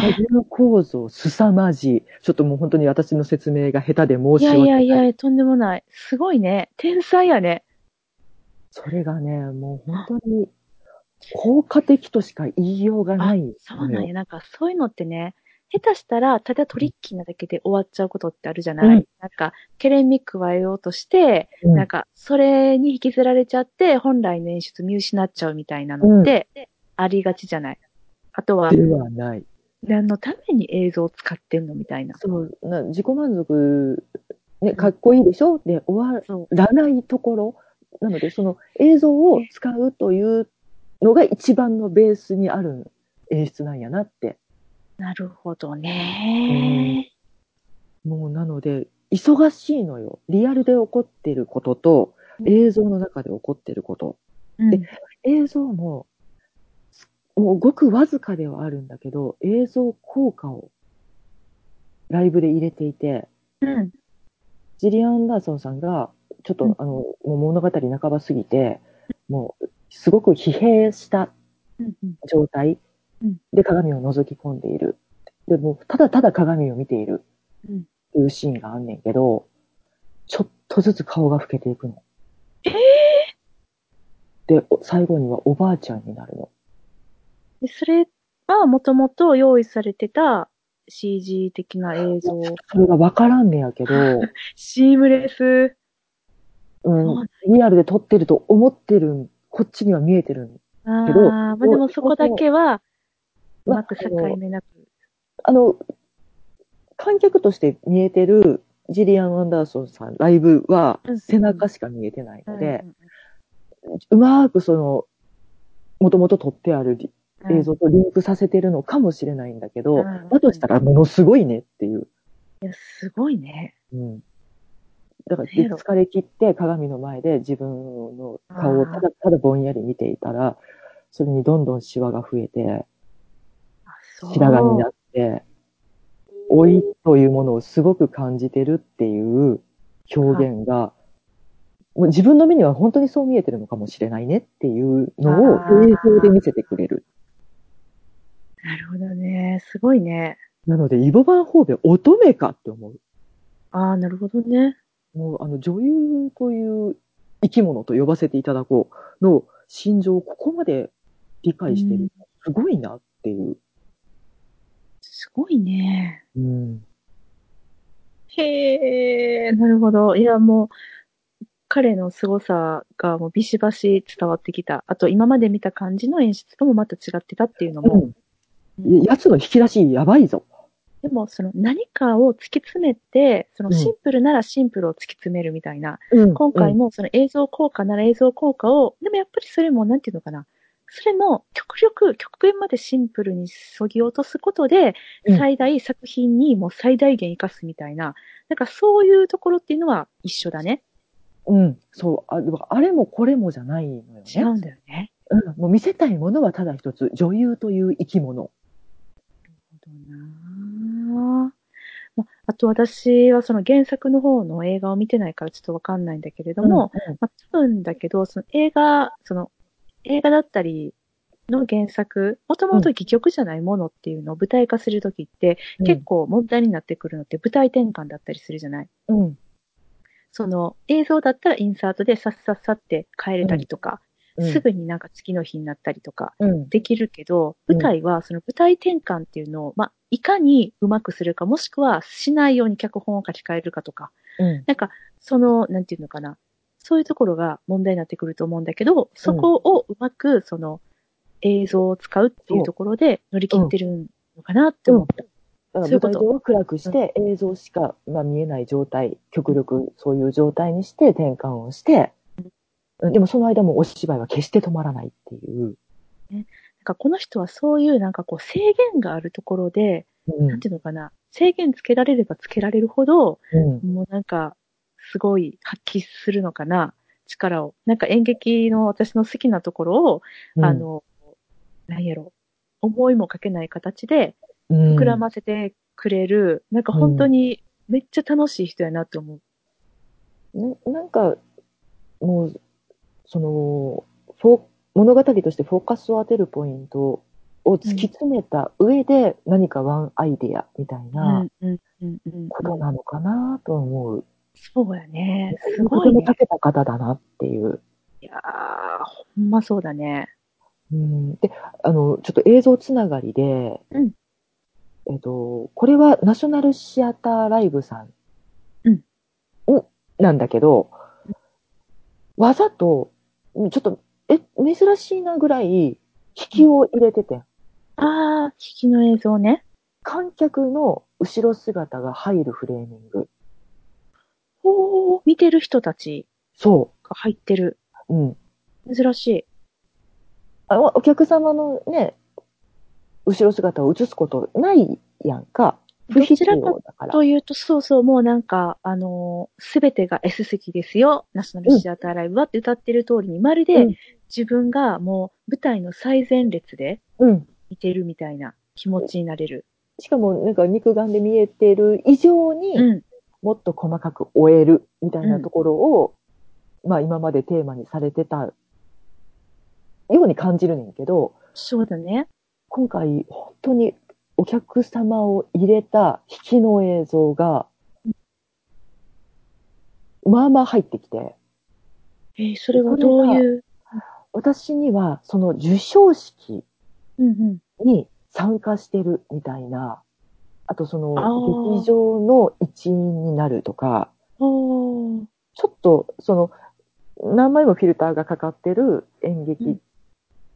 Speaker 2: カジノ構造凄まじい。ちょっともう本当に私の説明が下手で申
Speaker 1: い
Speaker 2: し
Speaker 1: や
Speaker 2: 訳
Speaker 1: い
Speaker 2: ない。
Speaker 1: やいや、とんでもない。すごいね。天才やね。
Speaker 2: それがね、もう本当に効果的としか言いようがないのよ。
Speaker 1: そうなんや。なんかそういうのってね、下手したら、ただトリッキーなだけで終わっちゃうことってあるじゃない、
Speaker 2: うん
Speaker 1: なんか、ケレンミ加えようとして、
Speaker 2: うん
Speaker 1: なんか、それに引きずられちゃって、本来の演出見失っちゃうみたいなのって、ありがちじゃないあとは、
Speaker 2: ではない。
Speaker 1: 何のために映像を使ってんのみたいな。
Speaker 2: そう、な自己満足、ね、かっこいいでしょで終わ
Speaker 1: そう。
Speaker 2: らないところ。なので、その映像を使うというのが一番のベースにある演出なんやなって。
Speaker 1: なるほどね。
Speaker 2: もうなので、忙しいのよ。リアルで起こってることと、映像の中で起こってること。
Speaker 1: うん。
Speaker 2: 映像も、もうごくわずかではあるんだけど、映像効果をライブで入れていて、
Speaker 1: うん。
Speaker 2: ジリアン・アンダーソンさんが、ちょっと、
Speaker 1: うん
Speaker 2: あの、もう物語半ばすぎて、もう、すごく疲弊した
Speaker 1: うんうん。
Speaker 2: 状態
Speaker 1: うん
Speaker 2: で鏡を覗き込んでいる。でもう、ただただ鏡を見ている
Speaker 1: うん
Speaker 2: っていうシーンがあんねんけど、ちょっとずつ顔が老けていくの。
Speaker 1: え
Speaker 2: で、お最後にはおばあちゃんになるの。
Speaker 1: でそれはもともと用意されてた CG 的な映像。
Speaker 2: それがわからんねやけ ど、
Speaker 1: シームレス。
Speaker 2: うん、リアルで撮ってると思ってるん、こっちには見えてるん。
Speaker 1: ああ
Speaker 2: けど
Speaker 1: まあでもそこだけは、う
Speaker 2: ま
Speaker 1: ま
Speaker 2: あ
Speaker 1: く
Speaker 2: あ
Speaker 1: 境
Speaker 2: の
Speaker 1: 目なく。
Speaker 2: あの、観客として見えてるジリアン・アンダーソンさんライブは
Speaker 1: うん
Speaker 2: 背中しか見えてないので
Speaker 1: う、ん
Speaker 2: うまーくその、もともと撮ってあるり
Speaker 1: うん
Speaker 2: 映像とリンクさせてるのかもしれないんだけ
Speaker 1: う
Speaker 2: ど、
Speaker 1: ん
Speaker 2: だとしたらものすごいねっていう。
Speaker 1: いや、すごいね。
Speaker 2: うん。だから、
Speaker 1: なんやろ
Speaker 2: 疲れ切って鏡の前で自分の顔をただただぼんやり見ていたら、それにどんどんシワが増えて、
Speaker 1: あそう
Speaker 2: 白髪になって、老いというものをすごく感じてるっていう表現が、もう自分の目には本当にそう見えてるのかもしれないねっていうのを
Speaker 1: あー
Speaker 2: 映像で見せてくれる。
Speaker 1: なるほどね。すごいね。
Speaker 2: なので、イボバン方面乙女かって思う。
Speaker 1: ああ、なるほどね。
Speaker 2: もうあの女優という生き物と呼ばせていただこうの心情をここまで理解して
Speaker 1: うん
Speaker 2: る。すごいなっていう。
Speaker 1: すごいね。
Speaker 2: うん。
Speaker 1: へえ、なるほど。いや、もう、彼の凄さがもうビシバシ伝わってきた。あと、今まで見た感じの演出ともまた違ってたっていうのも、
Speaker 2: うん、やつの引き出しやばいぞ。
Speaker 1: でも、その何かを突き詰めて、その
Speaker 2: うん
Speaker 1: シンプルならシンプルを突き詰めるみたいな。
Speaker 2: うん
Speaker 1: 今回もその映像効果なら映像効果を、でもやっぱりそれもなんていうのかな。それも極力、極限までシンプルに削ぎ落とすことで
Speaker 2: う、ん
Speaker 1: 最大作品にもう最大限活かすみたいな。なんかそういうところっていうのは一緒だね。
Speaker 2: うん、そう。あでもあれもこれもじゃないのよね。
Speaker 1: 違うんだよね。
Speaker 2: うん、もう見せたいものはただ一つ、女優という生き物。
Speaker 1: なるほどなまあと私はその原作の方の映画を見てないからちょっとわかんないんだけれども、
Speaker 2: うん、
Speaker 1: まあ、多分だけど、その映画、その映画だったりの原作、もともと戯曲じゃないものっていうのを舞台化するときって、
Speaker 2: うん
Speaker 1: 結構問題になってくるのって舞台転換だったりするじゃない
Speaker 2: うん、
Speaker 1: その映像だったらインサートでさっさっさって変えれたりとか、
Speaker 2: うん
Speaker 1: すぐになんか次の日になったりとか
Speaker 2: うん、
Speaker 1: できるけど、
Speaker 2: うん
Speaker 1: 舞台はその舞台転換っていうのを、まあ、いかにうまくするか、もしくはしないように脚本を書き換えるかとか、
Speaker 2: うん、
Speaker 1: なんか、その、なんていうのかな。そういうところが問題になってくると思うんだけど、そこをうまく、その、映像を使うっていうところで乗り切ってるのかなって思った。
Speaker 2: だから
Speaker 1: そういう
Speaker 2: 舞
Speaker 1: こと
Speaker 2: 台上を暗くして、映像しか、まあ、見えない状態、極力そういう状態にして転換をして、うんでもその間もお芝居は決して止まらないっていう。
Speaker 1: かこの人はそういうなんかこう制限があるところで、
Speaker 2: うん
Speaker 1: なんていうのかな、制限つけられればつけられるほど、
Speaker 2: うん
Speaker 1: もうなんか、すごい発揮するのかな、力を。なんか演劇の私の好きなところを、
Speaker 2: うん
Speaker 1: あの、なんやろ、思いもかけない形で
Speaker 2: うん
Speaker 1: 膨らませてくれる、なんか本当にめっちゃ楽しい人やなと思う。
Speaker 2: ななんか、もう、その、フォー物語としてフォーカスを当てるポイントを突き詰めた上で何かワンアイデアみたいな
Speaker 1: うんうんうんうん
Speaker 2: ことなのかなと思う。
Speaker 1: そうやね。す
Speaker 2: と
Speaker 1: ご
Speaker 2: て
Speaker 1: い
Speaker 2: も
Speaker 1: ね。
Speaker 2: 長けた方だなっていう。
Speaker 1: いやー、ほんまそうだね。
Speaker 2: うん、で、あの、ちょっと映像つながりで、
Speaker 1: うん
Speaker 2: えっと、これはナショナルシアターライブさん、
Speaker 1: うん
Speaker 2: をなんだけど、わざと、うんちょっと、え、珍しいなぐらい、引きを入れてて、
Speaker 1: あー、引きの映像ね。
Speaker 2: 観客の後ろ姿が入るフレーミング。
Speaker 1: おー、見てる人たち
Speaker 2: そ
Speaker 1: が入ってる。
Speaker 2: う。うん。
Speaker 1: 珍しい。
Speaker 2: あおお客様のね、後ろ姿を映すことないやんか。不
Speaker 1: ど
Speaker 2: 必
Speaker 1: ちらか
Speaker 2: 要だから。
Speaker 1: というと、そうそう、もうなんか、あのすべてが S 席ですよ、ナショナルシアターライブはって歌ってる通りに、まるで
Speaker 2: うん
Speaker 1: 自分がもう舞台の最前列で
Speaker 2: うん。
Speaker 1: 見てるみたいな気持ちになれる。
Speaker 2: しかもなんか肉眼で見えてる以上に、
Speaker 1: うん。
Speaker 2: もっと細かく終えるみたいなところを、まあ今までテーマにされてたように感じるねんけど、
Speaker 1: そうだね。
Speaker 2: 今回本当にお客様を入れた引きの映像が、まあまあ入ってきて、
Speaker 1: えーそれはどういう。
Speaker 2: 私にはその授賞式
Speaker 1: うんうん。
Speaker 2: に参加してるみたいな、あとそ
Speaker 1: あー
Speaker 2: の劇場の一員になるとか、
Speaker 1: おー。
Speaker 2: ちょっと、その、何枚もフィルターがかかってる演
Speaker 1: うん
Speaker 2: 劇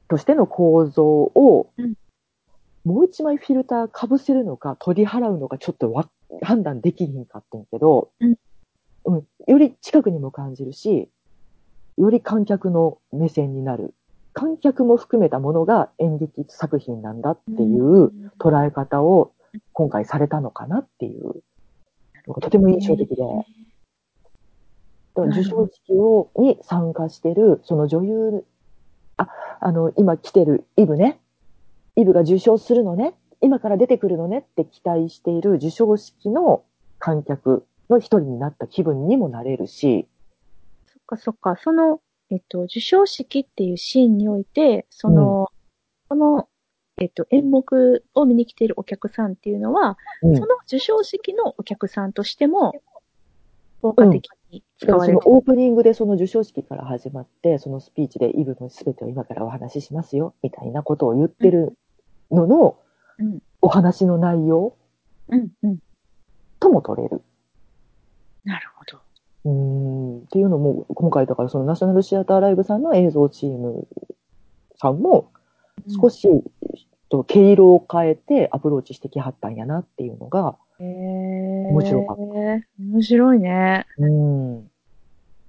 Speaker 2: としての構造を、
Speaker 1: うん
Speaker 2: もう一枚フィルターかぶせるのか取り払うのかちょっとわ判断できひんかってんけど、
Speaker 1: うん
Speaker 2: うんより近くにも感じるし、より観客の目線になる。観客も含めたものが演劇作品なんだっていう捉え方を今回されたのかなっていう、とても印象的で。だから授賞式を、に参加してる、その女優、あ、あの、今来てるイブね。イブが受賞するのね。今から出てくるのねって期待している授賞式の観客の一人になった気分にもなれるし、
Speaker 1: そっかそっか、その、えっと、授賞式っていうシーンにおいて、その、この、えっと、演目を見に来ているお客さんっていうのは、
Speaker 2: うん
Speaker 1: その授賞式のお客さんとしても、効果的に使わ
Speaker 2: そ
Speaker 1: れる
Speaker 2: の。オープニングでその授賞式から始まって、そのスピーチでイブの全てを今からお話ししますよ、みたいなことを言ってるのの、
Speaker 1: うん、
Speaker 2: お話の内容
Speaker 1: うん、うん。
Speaker 2: とも取れる。
Speaker 1: なるほど。
Speaker 2: うーんっていうのも、今回だからそのナショナルシアターライブさんの映像チームさんも少
Speaker 1: し、
Speaker 2: し、と毛色を変えてアプローチしてきはったんやなっていうのが、
Speaker 1: 面
Speaker 2: 面白かった
Speaker 1: 面白いね。
Speaker 2: うーん。う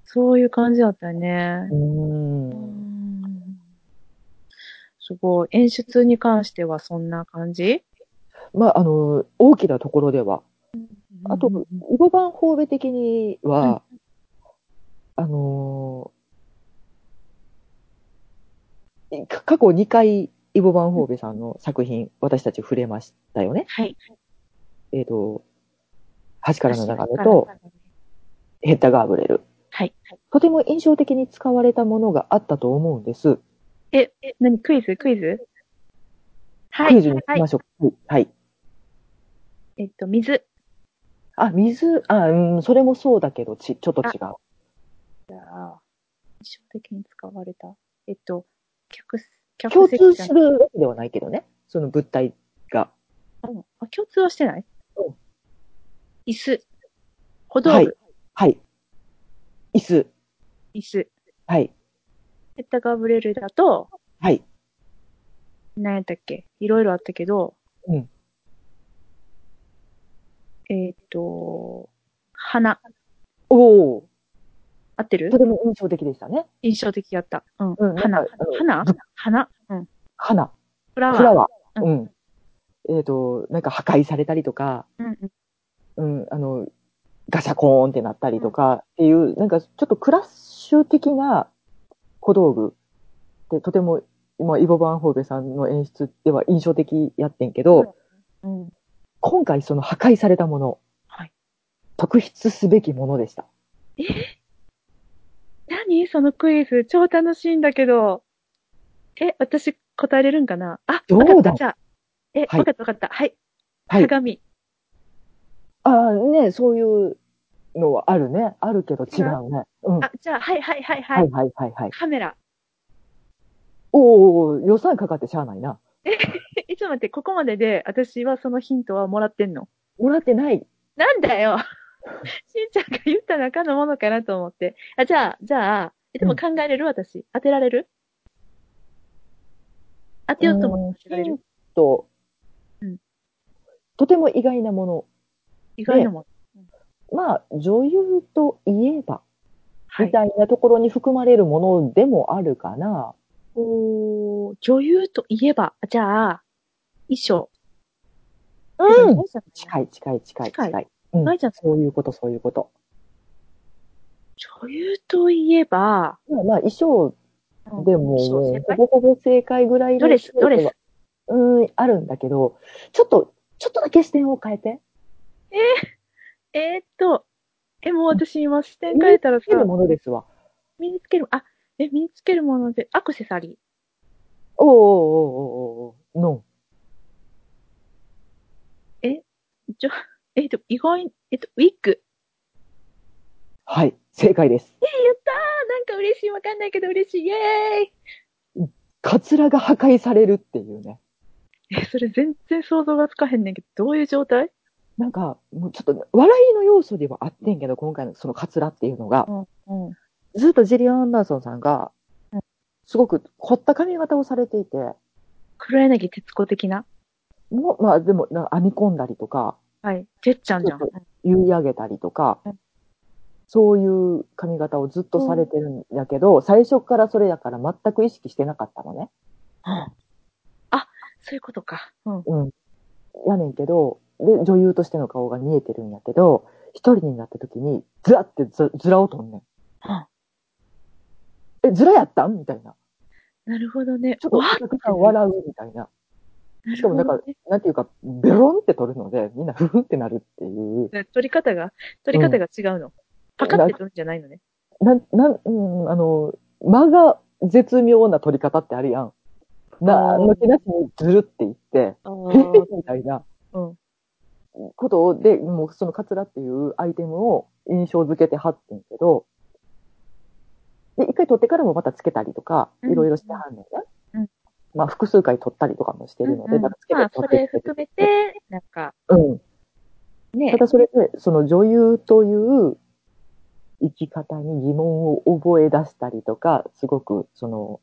Speaker 1: そういう感じだったね
Speaker 2: ー。ん。
Speaker 1: うんすごい。演出に関してはそんな感じ
Speaker 2: まあ、あの、大きなところでは。あと、
Speaker 1: うん
Speaker 2: 5番方面的には、
Speaker 1: う
Speaker 2: あのーか過去2回、イボ・バン・ホーベさんの作品、私たち触れましたよね。
Speaker 1: はい。
Speaker 2: えっ、と、端からの眺めと、ヘッダ・ガーブレル。
Speaker 1: はい。
Speaker 2: とても印象的に使われたものがあったと思うんです。
Speaker 1: え、え何クイズクイズは
Speaker 2: ク
Speaker 1: い
Speaker 2: イズに。し
Speaker 1: はい
Speaker 2: ま。しょう。はい。
Speaker 1: えっと、水。
Speaker 2: あ、水、あ、うん、それもそうだけど、ち、ちょっと違う。
Speaker 1: じゃあ、印象的に使われた。えっと、客す、客
Speaker 2: 共
Speaker 1: 席
Speaker 2: 通
Speaker 1: じゃ
Speaker 2: す
Speaker 1: ない
Speaker 2: るわけではないけどね。その物体が。
Speaker 1: うんあ、共通はしてない
Speaker 2: うん
Speaker 1: 椅子。小道具、
Speaker 2: はいはい。椅子。
Speaker 1: 椅子。
Speaker 2: はい。
Speaker 1: ヘッダガブレルだと、
Speaker 2: はい。
Speaker 1: 何やったっけいろいろあったけど、
Speaker 2: うん
Speaker 1: えっと、花。
Speaker 2: おお。
Speaker 1: 合ってる
Speaker 2: とても印象的でしたね。
Speaker 1: 印象的やった。うん。
Speaker 2: うんなんか
Speaker 1: 花
Speaker 2: あの
Speaker 1: 花花うん。
Speaker 2: 花。
Speaker 1: フラワー。
Speaker 2: フラワー。
Speaker 1: う
Speaker 2: うん。えっ、と、なんか破壊されたりとか、
Speaker 1: うんうん
Speaker 2: うん、あの、ガシャコーンってなったりとかっていう、なんかちょっとクラッシュ的な小道具ってとても、まあ、イボ・バンホーベさんの演出では印象的やってんけど、
Speaker 1: うんうん。
Speaker 2: 今回その破壊されたもの、
Speaker 1: はい
Speaker 2: 特筆すべきものでした。
Speaker 1: 何そのクイズ、超楽しいんだけど。え、私答えれるんかなあ、
Speaker 2: どう
Speaker 1: わ
Speaker 2: だ
Speaker 1: かった。じゃあ。え、
Speaker 2: はい
Speaker 1: わかったわかった。はい。
Speaker 2: はい。
Speaker 1: 鏡。
Speaker 2: ああ、ね、そういうのはあるね。あるけど違うね。うん。は
Speaker 1: あ、じゃあ、はいはいはいはい。
Speaker 2: いはいはいはい。
Speaker 1: カメラ。
Speaker 2: おーおーおー予算かかってしゃあないな。
Speaker 1: え、ちょっと待って、ここまでで私はそのヒントはもらってんの。
Speaker 2: もらってない。
Speaker 1: なんだ よしんちゃんが言った中のものかなと思って。あ、じゃあ、じゃあ、えでも考えれる私。当てられる当てようと思って当てられ
Speaker 2: ヒン
Speaker 1: る。
Speaker 2: ト
Speaker 1: うん
Speaker 2: とても意外なもの。
Speaker 1: 意外なもん。
Speaker 2: まあ、女優といえば、
Speaker 1: は
Speaker 2: み
Speaker 1: い。
Speaker 2: たいなところに含まれるものでもあるかな。
Speaker 1: おー女優といえば、あじゃあ、衣装。
Speaker 2: う
Speaker 1: 意
Speaker 2: ん
Speaker 1: 外じゃない
Speaker 2: 近い近い近い近
Speaker 1: 近
Speaker 2: い。うん
Speaker 1: 意外じゃない
Speaker 2: そういうこと、そういうこと。
Speaker 1: 女優といえば、
Speaker 2: まあ、まあ衣装
Speaker 1: うん
Speaker 2: でも、
Speaker 1: 衣装
Speaker 2: も
Speaker 1: 正
Speaker 2: うほ
Speaker 1: 解
Speaker 2: ぼほぼ正解ぐらいの
Speaker 1: ドレスドレス
Speaker 2: はうーん、あるんだけど、ちょっと、ちょっとだけ視点を変えて。
Speaker 1: えーっと、え、もう私今視点変えたらさ
Speaker 2: 見、るものですわ。
Speaker 1: 身につける、あ、え、身につけるもので、アクセサリー。
Speaker 2: おーおーおーおーおーの。
Speaker 1: じゃ、えっと、意外に、えっと、ウィッグ。
Speaker 2: はい、正解です。
Speaker 1: あー、なんか嬉しい。わかんないけど嬉しい。イェーイ
Speaker 2: カツラが破壊されるっていうね。
Speaker 1: え、それ全然想像がつかへんねんけど、どういう状態
Speaker 2: なんか、もうちょっと、笑いの要素ではあってんけど、今回のそのカツラっていうのが、
Speaker 1: うん。
Speaker 2: ずっとジリアン・アンダーソンさんが、すごく凝った髪型をされていて、
Speaker 1: 黒柳徹子的な
Speaker 2: もう、まあでも、なんか編み込んだりとか、
Speaker 1: はい。てっちゃんじゃん
Speaker 2: そ。結い上げたりとか
Speaker 1: うん、
Speaker 2: そういう髪型をずっとされてるんやけど、最初からそれやから全く意識してなかったのね。
Speaker 1: あ、そういうことか。うん。
Speaker 2: うん。やねんけど、で、女優としての顔が見えてるんやけど、一人になった時に、ずらってずずらをとんねん。
Speaker 1: は
Speaker 2: え、ずらやったんみたいな。
Speaker 1: なるほどね。
Speaker 2: ちょっとお
Speaker 1: わ
Speaker 2: 客さん笑うみたいな。
Speaker 1: な
Speaker 2: し
Speaker 1: る
Speaker 2: かも
Speaker 1: ほ
Speaker 2: なん
Speaker 1: ど
Speaker 2: か
Speaker 1: ね。、
Speaker 2: なんていうか、ベロンって取るので、みんなフフってなるっていう。
Speaker 1: 取り方が、取り方が違うの。パカって取るんじゃないのね。
Speaker 2: なん、なん、うん、あの、間が絶妙な取り方ってあるやん。な、
Speaker 1: あー
Speaker 2: の気なしにずるっていって、
Speaker 1: あ
Speaker 2: へへみたいな
Speaker 1: うん。
Speaker 2: ことを、で、もうそのカツラっていうアイテムを印象付けてはってんけど、で、一回取ってからもまたつけたりとか、
Speaker 1: うん
Speaker 2: いろいろしてはんねん
Speaker 1: う
Speaker 2: ね
Speaker 1: ん。
Speaker 2: まあ、複数回取ったりとかもしてるので、
Speaker 1: うん
Speaker 2: またつけ
Speaker 1: まあ、
Speaker 2: て
Speaker 1: そ
Speaker 2: 取っ
Speaker 1: れ
Speaker 2: てつけ
Speaker 1: 含
Speaker 2: て。
Speaker 1: めて、なんか、
Speaker 2: うん。
Speaker 1: ね
Speaker 2: た、だそれで、その女優という生き方に疑問を覚え出したりとか、すごくその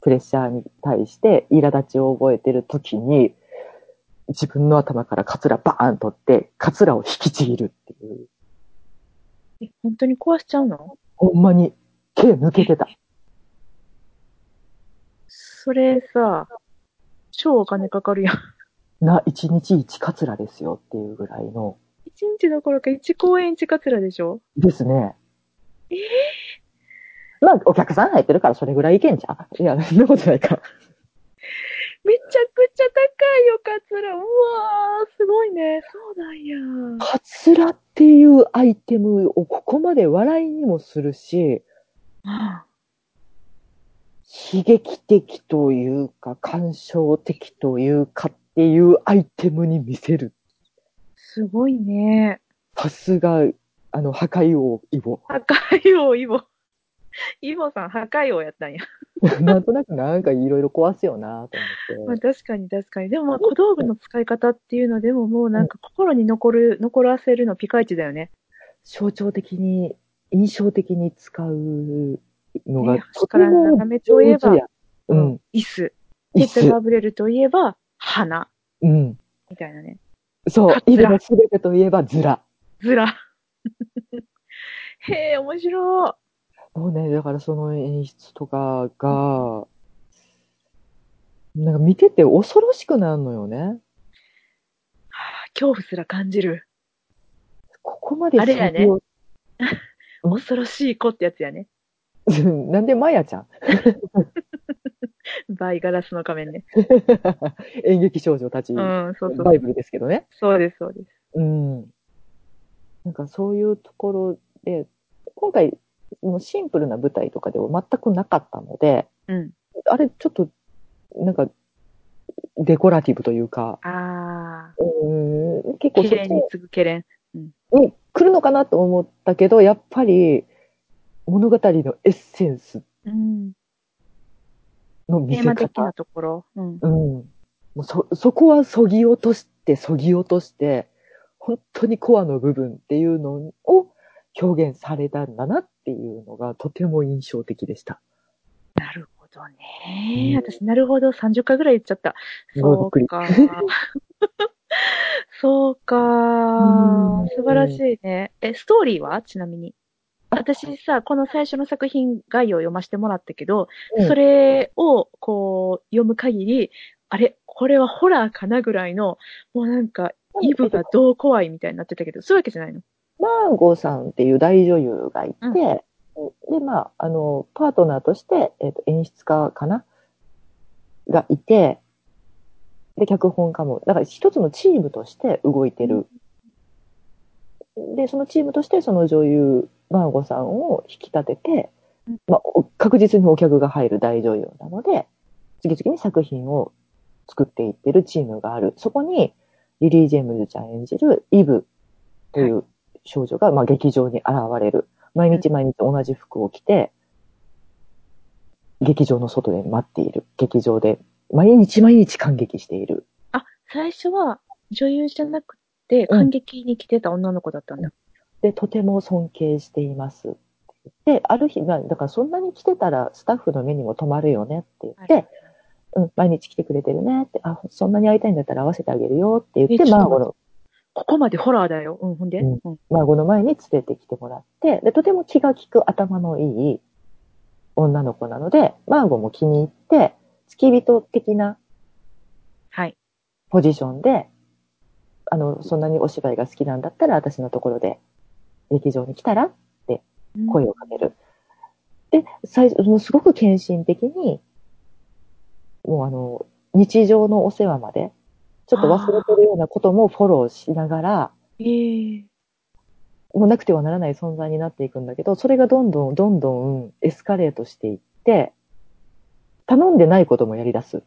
Speaker 2: プレッシャーに対して苛立ちを覚えてる時に、自分の頭からカツラバーン取って、カツラを引きちぎるっていう。
Speaker 1: え本当に壊しちゃうの
Speaker 2: ほんまに毛抜けてた。
Speaker 1: それさ、超お金かかるやん。
Speaker 2: な、一日一カツラですよっていうぐらいの。
Speaker 1: 一日どころか一公演一カツラでしょ
Speaker 2: ですね。まあ、お客さん入ってるからそれぐらいいけんじゃん。いや、そんなことないか。
Speaker 1: めちゃくちゃ高いよ、カツラ。うわー、すごいね。そうなんや。
Speaker 2: カツラっていうアイテムをここまで笑いにもするし、悲劇的というか、感傷的というかっていうアイテムに見せる。
Speaker 1: すごいね。
Speaker 2: さすが、あの、破壊王イ ボ。
Speaker 1: 破壊王、イボ。 イボさん、破壊王やったんや。
Speaker 2: なんとなくなんかいろいろ壊すよなと思
Speaker 1: ま
Speaker 2: っ
Speaker 1: あ、
Speaker 2: て。
Speaker 1: 確かに確かに。でも、まあ小道具の使い方っていうのでも、もうなんか心に残る、残らせるのピカイチだよね。
Speaker 2: 象徴的に、印象的に使うのが、
Speaker 1: ね端から斜めといえば
Speaker 2: 上手やうん。
Speaker 1: 椅子。
Speaker 2: 椅
Speaker 1: ペット
Speaker 2: 子。
Speaker 1: ガブレルといえば、花。
Speaker 2: うん。
Speaker 1: みたいなね。
Speaker 2: そう
Speaker 1: カ。ツラ
Speaker 2: イボの全てといえばズラ。
Speaker 1: ずら。へえ、面白い。
Speaker 2: もうね、だからその演出とかが、なんか見てて恐ろしくなるのよね。
Speaker 1: はあ恐怖すら感じる。
Speaker 2: ここまで
Speaker 1: あれやね
Speaker 2: 先をうん
Speaker 1: 恐ろしい子ってやつやね。
Speaker 2: なんでマヤちゃん
Speaker 1: バイガラスの仮面ね。
Speaker 2: 演劇少女たち、
Speaker 1: うん、そうそ
Speaker 2: バ
Speaker 1: う
Speaker 2: イ。ブルですけどね。
Speaker 1: そうです、そうです。
Speaker 2: うん。なんかそういうところで、今回、もうシンプルな舞台とかでは全くなかったので、
Speaker 1: うん。
Speaker 2: あれちょっと、なんか、デコラティブというか、
Speaker 1: あ
Speaker 2: うん
Speaker 1: ー。
Speaker 2: 結構
Speaker 1: 綺
Speaker 2: そっ
Speaker 1: 麗
Speaker 2: ち
Speaker 1: に次ぐけれん。
Speaker 2: に来るのかなと思ったけど、やっぱり物語のエッセンス
Speaker 1: うん。
Speaker 2: の見
Speaker 1: テ
Speaker 2: せ
Speaker 1: ーマ的
Speaker 2: 方
Speaker 1: な。ところ。うん。
Speaker 2: うん。もうそ、そこはそぎ落として、そぎ落として、本当にコアの部分っていうのを表現されたんだなっていうのがとても印象的でした。
Speaker 1: なるほどね。
Speaker 2: うん
Speaker 1: 私、なるほど、30回ぐらい言っちゃった。
Speaker 2: ご
Speaker 1: そ
Speaker 2: ゆっ
Speaker 1: うか。 そうか
Speaker 2: うん。
Speaker 1: 素晴らしいね。え、ストーリーはちなみに。私さ、この最初の作品概要を読ませてもらったけど、
Speaker 2: うん
Speaker 1: それをこう読む限り、あれこれはホラーかなぐらいの、もうなんか、イブがどう怖いみたいになってたけど、そういうわけじゃないの
Speaker 2: マーゴさんっていう大女優がいて、
Speaker 1: うん
Speaker 2: で、まあ、あの、パートナーとして、えっ、と、演出家かながいて、で、脚本家も、だから一つのチームとして動いてる。で、そのチームとして、その女優、マーゴさんを引き立てて
Speaker 1: うん、
Speaker 2: まあ、お確実にお客が入る大女優なので、次々に作品を作っていってるチームがある。そこに、リリー・ジェームズちゃん演じるイブという少女が、まあ、劇場に現れる。毎日毎日同じ服を着て、劇場の外で待っている。劇場で、毎日毎日感激している。
Speaker 1: あ、最初は女優じゃなくて、感激に来てた女の子だったんだ。
Speaker 2: で、とても尊敬しています。で、ある日、まあ、だからそんなに来てたらスタッフの目にも留まるよねって言って、
Speaker 1: はい
Speaker 2: うん、毎日来てくれてるねって、あ、そんなに会いたいんだったら会わせてあげるよって言っ
Speaker 1: え
Speaker 2: て、
Speaker 1: ちょっと待って
Speaker 2: マーゴの
Speaker 1: ここまでホラーだよ。うん、ほんで。
Speaker 2: うん
Speaker 1: うん
Speaker 2: 孫の前に連れてきてもらって、で、とても気が利く頭のいい女の子なので、孫も気に入って、付き人的な
Speaker 1: はい。
Speaker 2: ポジションで、あの、そんなにお芝居が好きなんだったら、私のところで劇場に来たら声をかける。で、最初、もうすごく献身的に、もうあの、日常のお世話まで、ちょっと忘れてるようなこともフォローしながら、
Speaker 1: ええ
Speaker 2: もうなくてはならない存在になっていくんだけど、それがどんどんどんどんエスカレートしていって、頼んでないこともやり出す。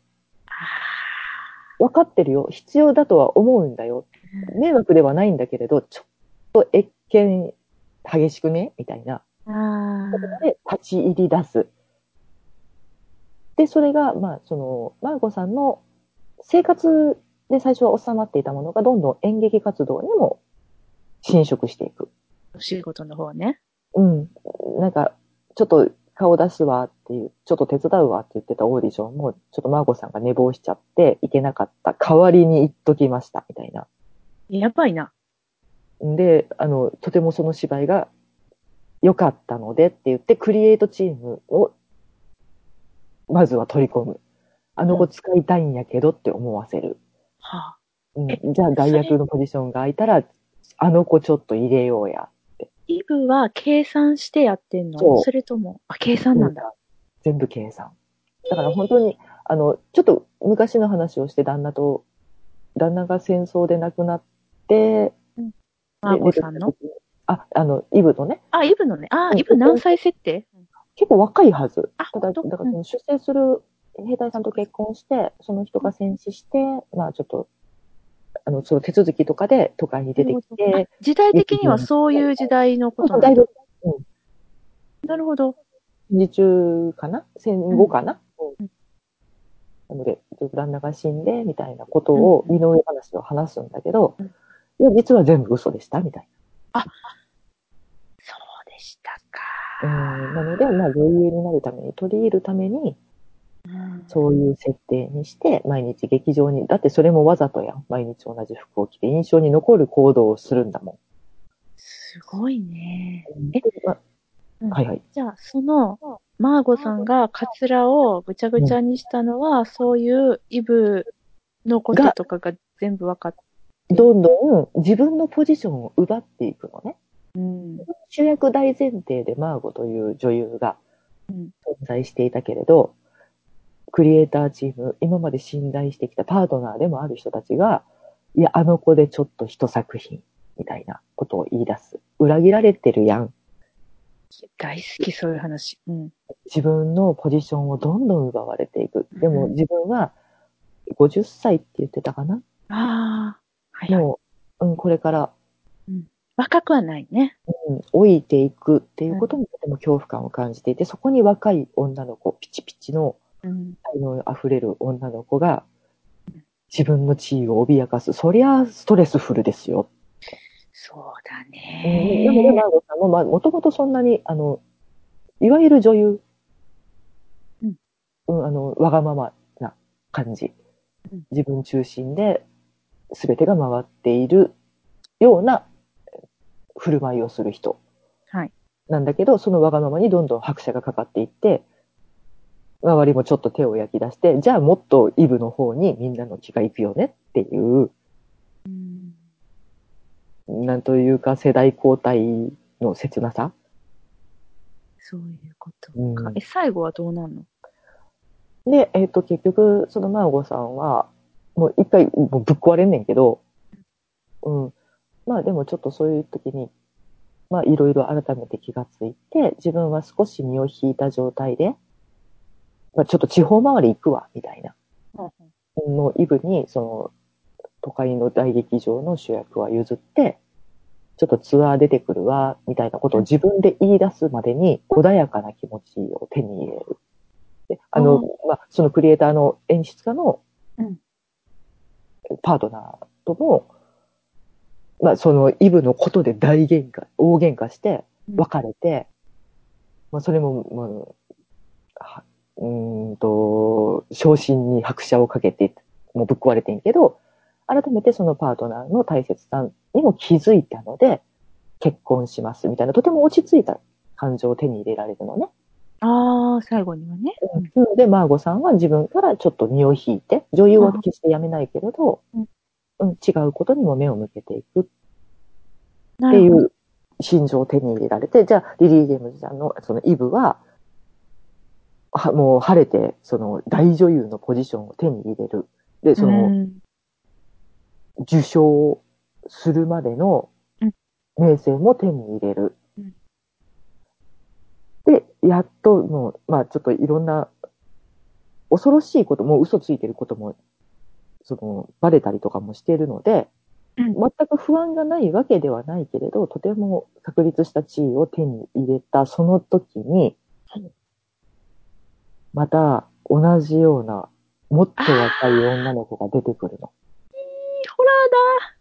Speaker 2: 分かってるよ。必要だとは思うんだよ。迷惑ではないんだけれど、ちょっと越見激しくねみたいな。
Speaker 1: あーあー。
Speaker 2: で、立ち入り出す。で、それが、まあ、その、マーゴさんの生活で最初は収まっていたものが、どんどん演劇活動にも侵食していく。
Speaker 1: お仕事の方ね。
Speaker 2: うん。なんか、ちょっと顔出すわっていう、ちょっと手伝うわって言ってたオーディションも、ちょっとマーゴさんが寝坊しちゃって、行けなかった。代わりに行っときました、みたいな。
Speaker 1: やばいな。
Speaker 2: んで、あの、とてもその芝居が良かったのでって言って、クリエイトチームを、まずは取り込む。あの子使いたいんやけどって思わせる。
Speaker 1: はあ、
Speaker 2: うん、
Speaker 1: え
Speaker 2: じゃあ代役のポジションが空いたら、あの子ちょっと入れようや。
Speaker 1: イブは計算してやってんの
Speaker 2: そう
Speaker 1: それとも、あ、計算なんだ。
Speaker 2: 全部計算。だから本当に、あの、ちょっと昔の話をして旦那と、旦那が戦争で亡くなって、
Speaker 1: マーゴさんの
Speaker 2: で。出てきた時にあ、あの、イブとね、
Speaker 1: あ、イブのね。あ
Speaker 2: う、ん
Speaker 1: イブ何歳設定
Speaker 2: 結構若いはず。
Speaker 1: あ、
Speaker 2: ただ、
Speaker 1: 本
Speaker 2: だ
Speaker 1: 当う
Speaker 2: からそ
Speaker 1: ん
Speaker 2: の出征する兵隊さんと結婚して、その人が戦死して、まあちょっと、あの、その手続きとかで都会に出てき
Speaker 1: あ
Speaker 2: て、
Speaker 1: 時代的にはそういう時代のことなん
Speaker 2: だいぶ
Speaker 1: なるほど。
Speaker 2: 戦時中かな戦後かな、
Speaker 1: うん
Speaker 2: なので、ちょっと旦那が死んで、みたいなことを、身の上話を話すんだけど、
Speaker 1: うん
Speaker 2: いや、実は全部嘘でした、みたい
Speaker 1: そうでしたか。
Speaker 2: な。うんなので、まあ、余裕になるために、取り入るために、
Speaker 1: うん
Speaker 2: そういう設定にして、毎日劇場に、だってそれもわざとやん。毎日同じ服を着て、印象に残る行動をするんだも
Speaker 1: すごいね。
Speaker 2: ん。
Speaker 1: え
Speaker 2: まあ
Speaker 1: うん
Speaker 2: はいはい。
Speaker 1: じゃあ、その、マーゴさんがカツラをぐちゃぐちゃにしたのは、そういうイブのこととかが全部分かった。
Speaker 2: どんどん自分のポジションを奪っていくのね。
Speaker 1: うん。
Speaker 2: 主役大前提でマーゴという女優が
Speaker 1: うん
Speaker 2: 存在していたけれど、クリエイターチーム、今まで信頼してきたパートナーでもある人たちが、いや、あの子でちょっと一作品、みたいなことを言い出す。裏切られてるやん。
Speaker 1: 大好き、そういう話。うん。
Speaker 2: 自分のポジションをどんどん奪われていく。でも
Speaker 1: うん
Speaker 2: 自分は50歳って言ってたかな。
Speaker 1: ああ。はい、はい。
Speaker 2: もう、うん、これから、
Speaker 1: 若くはないね。
Speaker 2: うん、老いていくっていうことにとても恐怖感を感じていて、そこに若い女の子、ピチピチの
Speaker 1: うん。
Speaker 2: 才能あふれる女の子が、自分の地位を脅かす。そりゃ、ストレスフルですよ。
Speaker 1: そうだね。
Speaker 2: でもね、マーゴさんも、まあ、もともとそんなに、あの、いわゆる女優。
Speaker 1: うん。
Speaker 2: うん、あの、わがままな感じ
Speaker 1: うん。
Speaker 2: 自分中心で、全てが回っているようなえー振る舞いをする人。
Speaker 1: はい。
Speaker 2: なんだけど、そのわがままにどんどん拍車がかかっていって、周りもちょっと手を焼き出して、じゃあもっとイブの方にみんなの気が行くよねっていう、
Speaker 1: うん
Speaker 2: なんというか世代交代の切なさ。
Speaker 1: そういうこと
Speaker 2: うん
Speaker 1: か。え、最後はどうなんの
Speaker 2: で、えっ、と、結局、そのマーゴさんは、もう一回、もうぶっ壊れんねんけど、うん。まあでもちょっとそういう時に、まあいろいろ改めて気がついて、自分は少し身を引いた状態で、まあちょっと地方回り行くわ、みたいな。のイブに、その、都会の大劇場の主役は譲って、ちょっとツアー出てくるわ、みたいなことを自分で言い出すまでに穏やかな気持ちを手に入れる。で、あの、
Speaker 1: あ
Speaker 2: まあ、そのクリエイターの演出家の
Speaker 1: うん、
Speaker 2: パートナーとも、まあ、そのイブのことで大喧嘩、大喧嘩して、別れて、まあ、それも、まあ、はうーんと、昇進に拍車をかけて、もうぶっ壊れてんけど、改めてそのパートナーの大切さにも気づいたので、結婚しますみたいな、とても落ち着いた感情を手に入れられるのね。
Speaker 1: ああ、最後にはね。
Speaker 2: なので、マーゴさんは自分からちょっと身を引いて、女優は決してやめないけれど、
Speaker 1: うん
Speaker 2: うん、違うことにも目を向けていく
Speaker 1: な
Speaker 2: ってい
Speaker 1: るほど。
Speaker 2: う心情を手に入れられて、じゃあ、リリー・ジェームズさんのそのイブは、はもう晴れて、その大女優のポジションを手に入れる。で、その、
Speaker 1: うん
Speaker 2: 受賞するまでの
Speaker 1: うん
Speaker 2: 名声も手に入れる。
Speaker 1: うん
Speaker 2: で、やっともう、まあちょっといろんな恐ろしいことも嘘ついてることも、その、バレたりとかもしているので、
Speaker 1: うん
Speaker 2: 全く不安がないわけではないけれど、とても確立した地位を手に入れたその時に、
Speaker 1: はい
Speaker 2: また同じような、もっと若い女の子が出てくるの。
Speaker 1: ホラーだ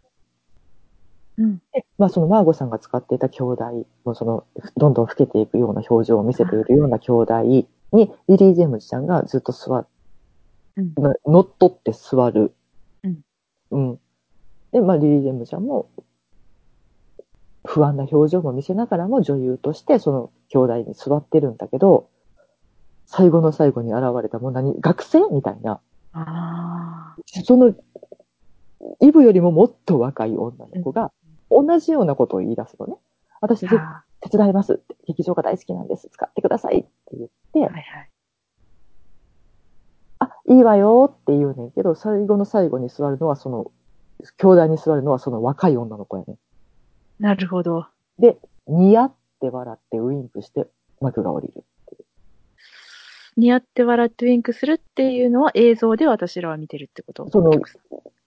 Speaker 1: うん。
Speaker 2: でまあ、そのマーゴさんが使っていた兄弟も、その、どんどん老けていくような表情を見せているような兄弟に、リリー・ジェームズちゃんがずっと座っ、
Speaker 1: うん
Speaker 2: まあ乗っ取って座る。
Speaker 1: うん。
Speaker 2: うん。で、まあ、リリー・ジェームズちゃんも、不安な表情も見せながらも女優として、その兄弟に座ってるんだけど、最後の最後に現れたもう何、学生みたいな。
Speaker 1: ああ。
Speaker 2: その、イブよりももっと若い女の子が、同じようなことを言い出すのね。私、ぜ
Speaker 1: は
Speaker 2: 手伝いますって。劇場が大好きなんです。使ってくださいって言っ
Speaker 1: い
Speaker 2: て、
Speaker 1: はい。
Speaker 2: あ、いいわよって言うねんけど、最後の最後に座るのは、その、兄弟に座るのはその若い女の子やね
Speaker 1: なるほど。
Speaker 2: ん。ニヤって笑ってウインクして、幕が降りる。
Speaker 1: 似合って笑ってウィンクするっていうのは映像で私らは見てるってこと
Speaker 2: その
Speaker 1: お客さん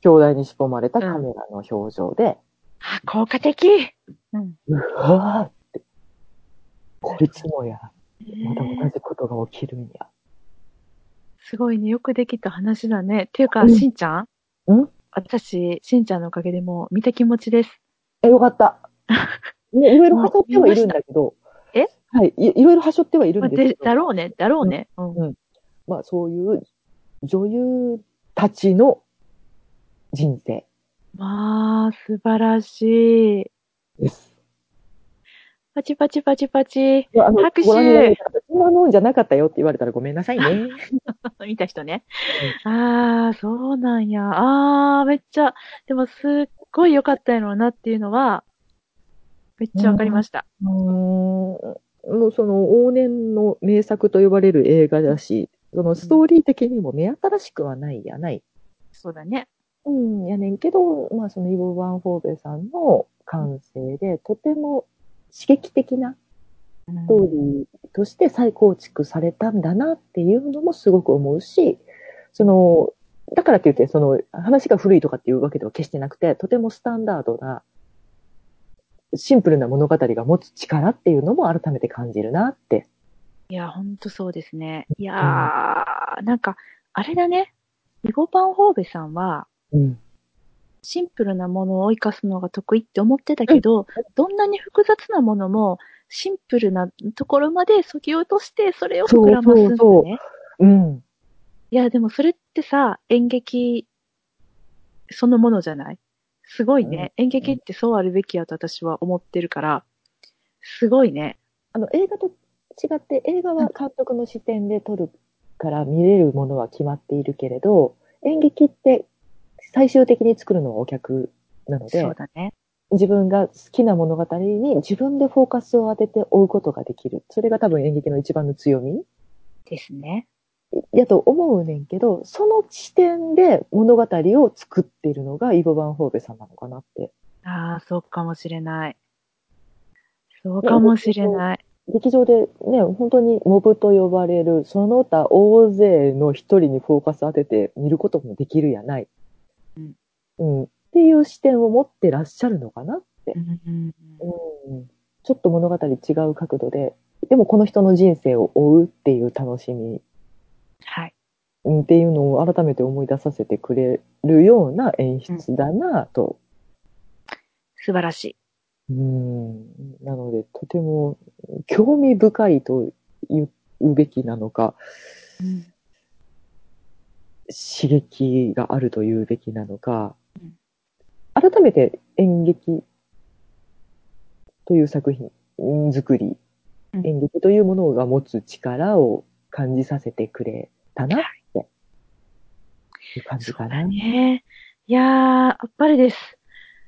Speaker 2: 兄弟に仕込まれたカメラの表情で、
Speaker 1: あ、効果的うん。
Speaker 2: うわーって。こいつもや、また
Speaker 1: へ
Speaker 2: 同
Speaker 1: え
Speaker 2: じことが起きるんや。
Speaker 1: すごいね。よくできた話だね。っていうか、
Speaker 2: うん
Speaker 1: しんちゃん
Speaker 2: ん
Speaker 1: 私、しんちゃんのおかげでもう見た気持ちです。
Speaker 2: え、よかった。 ね、いろいろはしょってはいるんだけど。
Speaker 1: え
Speaker 2: はいい。いろいろはしょってはいる
Speaker 1: まあ、
Speaker 2: んですけ
Speaker 1: で
Speaker 2: ど。
Speaker 1: だろうね。だろうね。うん。
Speaker 2: まあ、そういう女優たちの人生
Speaker 1: まあ、素晴らしい。
Speaker 2: です。
Speaker 1: パチパチパチパチ。
Speaker 2: いやあの
Speaker 1: 拍手
Speaker 2: ご覧になられた方そんなのんじゃなかったよって言われたらごめんなさいね。
Speaker 1: 見た人ね。ああ、そうなんや。ああ、めっちゃ、でもすっごい良かったやろうなっていうのは、めっちゃわかりました。
Speaker 2: うーん、もうその往年の名作と呼ばれる映画だし、そのストーリー的にも目新しくはないやない。
Speaker 1: そうだね。
Speaker 2: うん、やねんけど、まあそのイボ・ワン・フォーベさんの感性で、とても刺激的なストーリーとして再構築されたんだなっていうのもすごく思うし、その、だからって言って、その、話が古いとかっていうわけでは決してなくて、とてもスタンダードな、シンプルな物語が持つ力っていうのも改めて感じるなって。
Speaker 1: いや、ほんとそうですね。いやー、なんか、あれだね。リゴパンホーベさんは、
Speaker 2: うん。
Speaker 1: シンプルなものを生かすのが得意って思ってたけど、どんなに複雑なものも、シンプルなところまで削ぎ落として、それを膨らますんだね。
Speaker 2: そうそうそうん。
Speaker 1: いや、でもそれってさ、演劇そのものじゃないすごいね、演劇ってそうあるべきやと私は思ってるから、すごいね。
Speaker 2: あの、映画と違って、映画は監督の視点で撮るから見れるものは決まっているけれど、演劇って最終的に作るのはお客なので、
Speaker 1: そうだね。
Speaker 2: 自分が好きな物語に自分でフォーカスを当てて追うことができる。それが多分演劇の一番の強み
Speaker 1: ですね。
Speaker 2: やと思うねんけど、その視点で物語を作っているのがイボ・バン・ホーベさんなのかなって。
Speaker 1: ああ、そうかもしれない。そうかもしれない。
Speaker 2: 劇場でね、本当にモブと呼ばれる、その他大勢の一人にフォーカス当てて見ることもできるやない。
Speaker 1: うん。
Speaker 2: うん。っていう視点を持ってらっしゃるのかなって。
Speaker 1: うん
Speaker 2: うんちょっと物語違う角度で、でもこの人の人生を追うっていう楽しみ
Speaker 1: はい。
Speaker 2: うんっていうのを改めて思い出させてくれるような演出だなぁと。
Speaker 1: 素晴らしい。
Speaker 2: うん、なので、とても興味深いと言うべきなのか、刺激があると言うべきなのか
Speaker 1: うん、
Speaker 2: 改めて演劇という作品うん作り、
Speaker 1: うん
Speaker 2: 演劇というものが持つ力を感じさせてくれたなって、いう感じ
Speaker 1: そ
Speaker 2: か
Speaker 1: う
Speaker 2: な。
Speaker 1: だね。いやー、あっぱれです。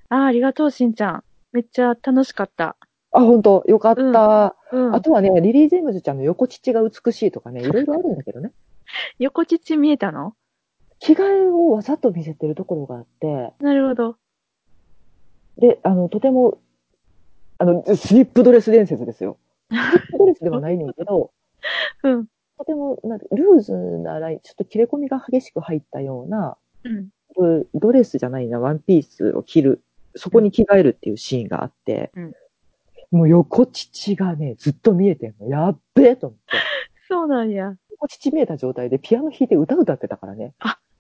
Speaker 1: ああ、ありがとう、しんちゃん。めっちゃ楽しかった。
Speaker 2: あ、本当よかった。
Speaker 1: うんうん
Speaker 2: あ。とはね、リリー・ジェームズちゃんの横乳が美しいとかね、いろいろあるんだけどね。
Speaker 1: 横乳見えたの
Speaker 2: 着替えをわざと見せてるところがあって、
Speaker 1: なるほど。
Speaker 2: で、あの、とても、あの、スリップドレス伝説ですよ。スリップドレスではないねんけ ど、
Speaker 1: うん。
Speaker 2: とてもなんかルーズなライン、ちょっと切れ込みが激しく入ったような、
Speaker 1: うん。
Speaker 2: うドレスじゃないな、ワンピースを着る、そこに着替えるっていうシーンがあって、
Speaker 1: うん
Speaker 2: もう横乳がね、ずっと見えてんの。やっべえと思って。
Speaker 1: そうなんや。
Speaker 2: 横乳見えた状態でピアノ弾いて歌歌ってたからね。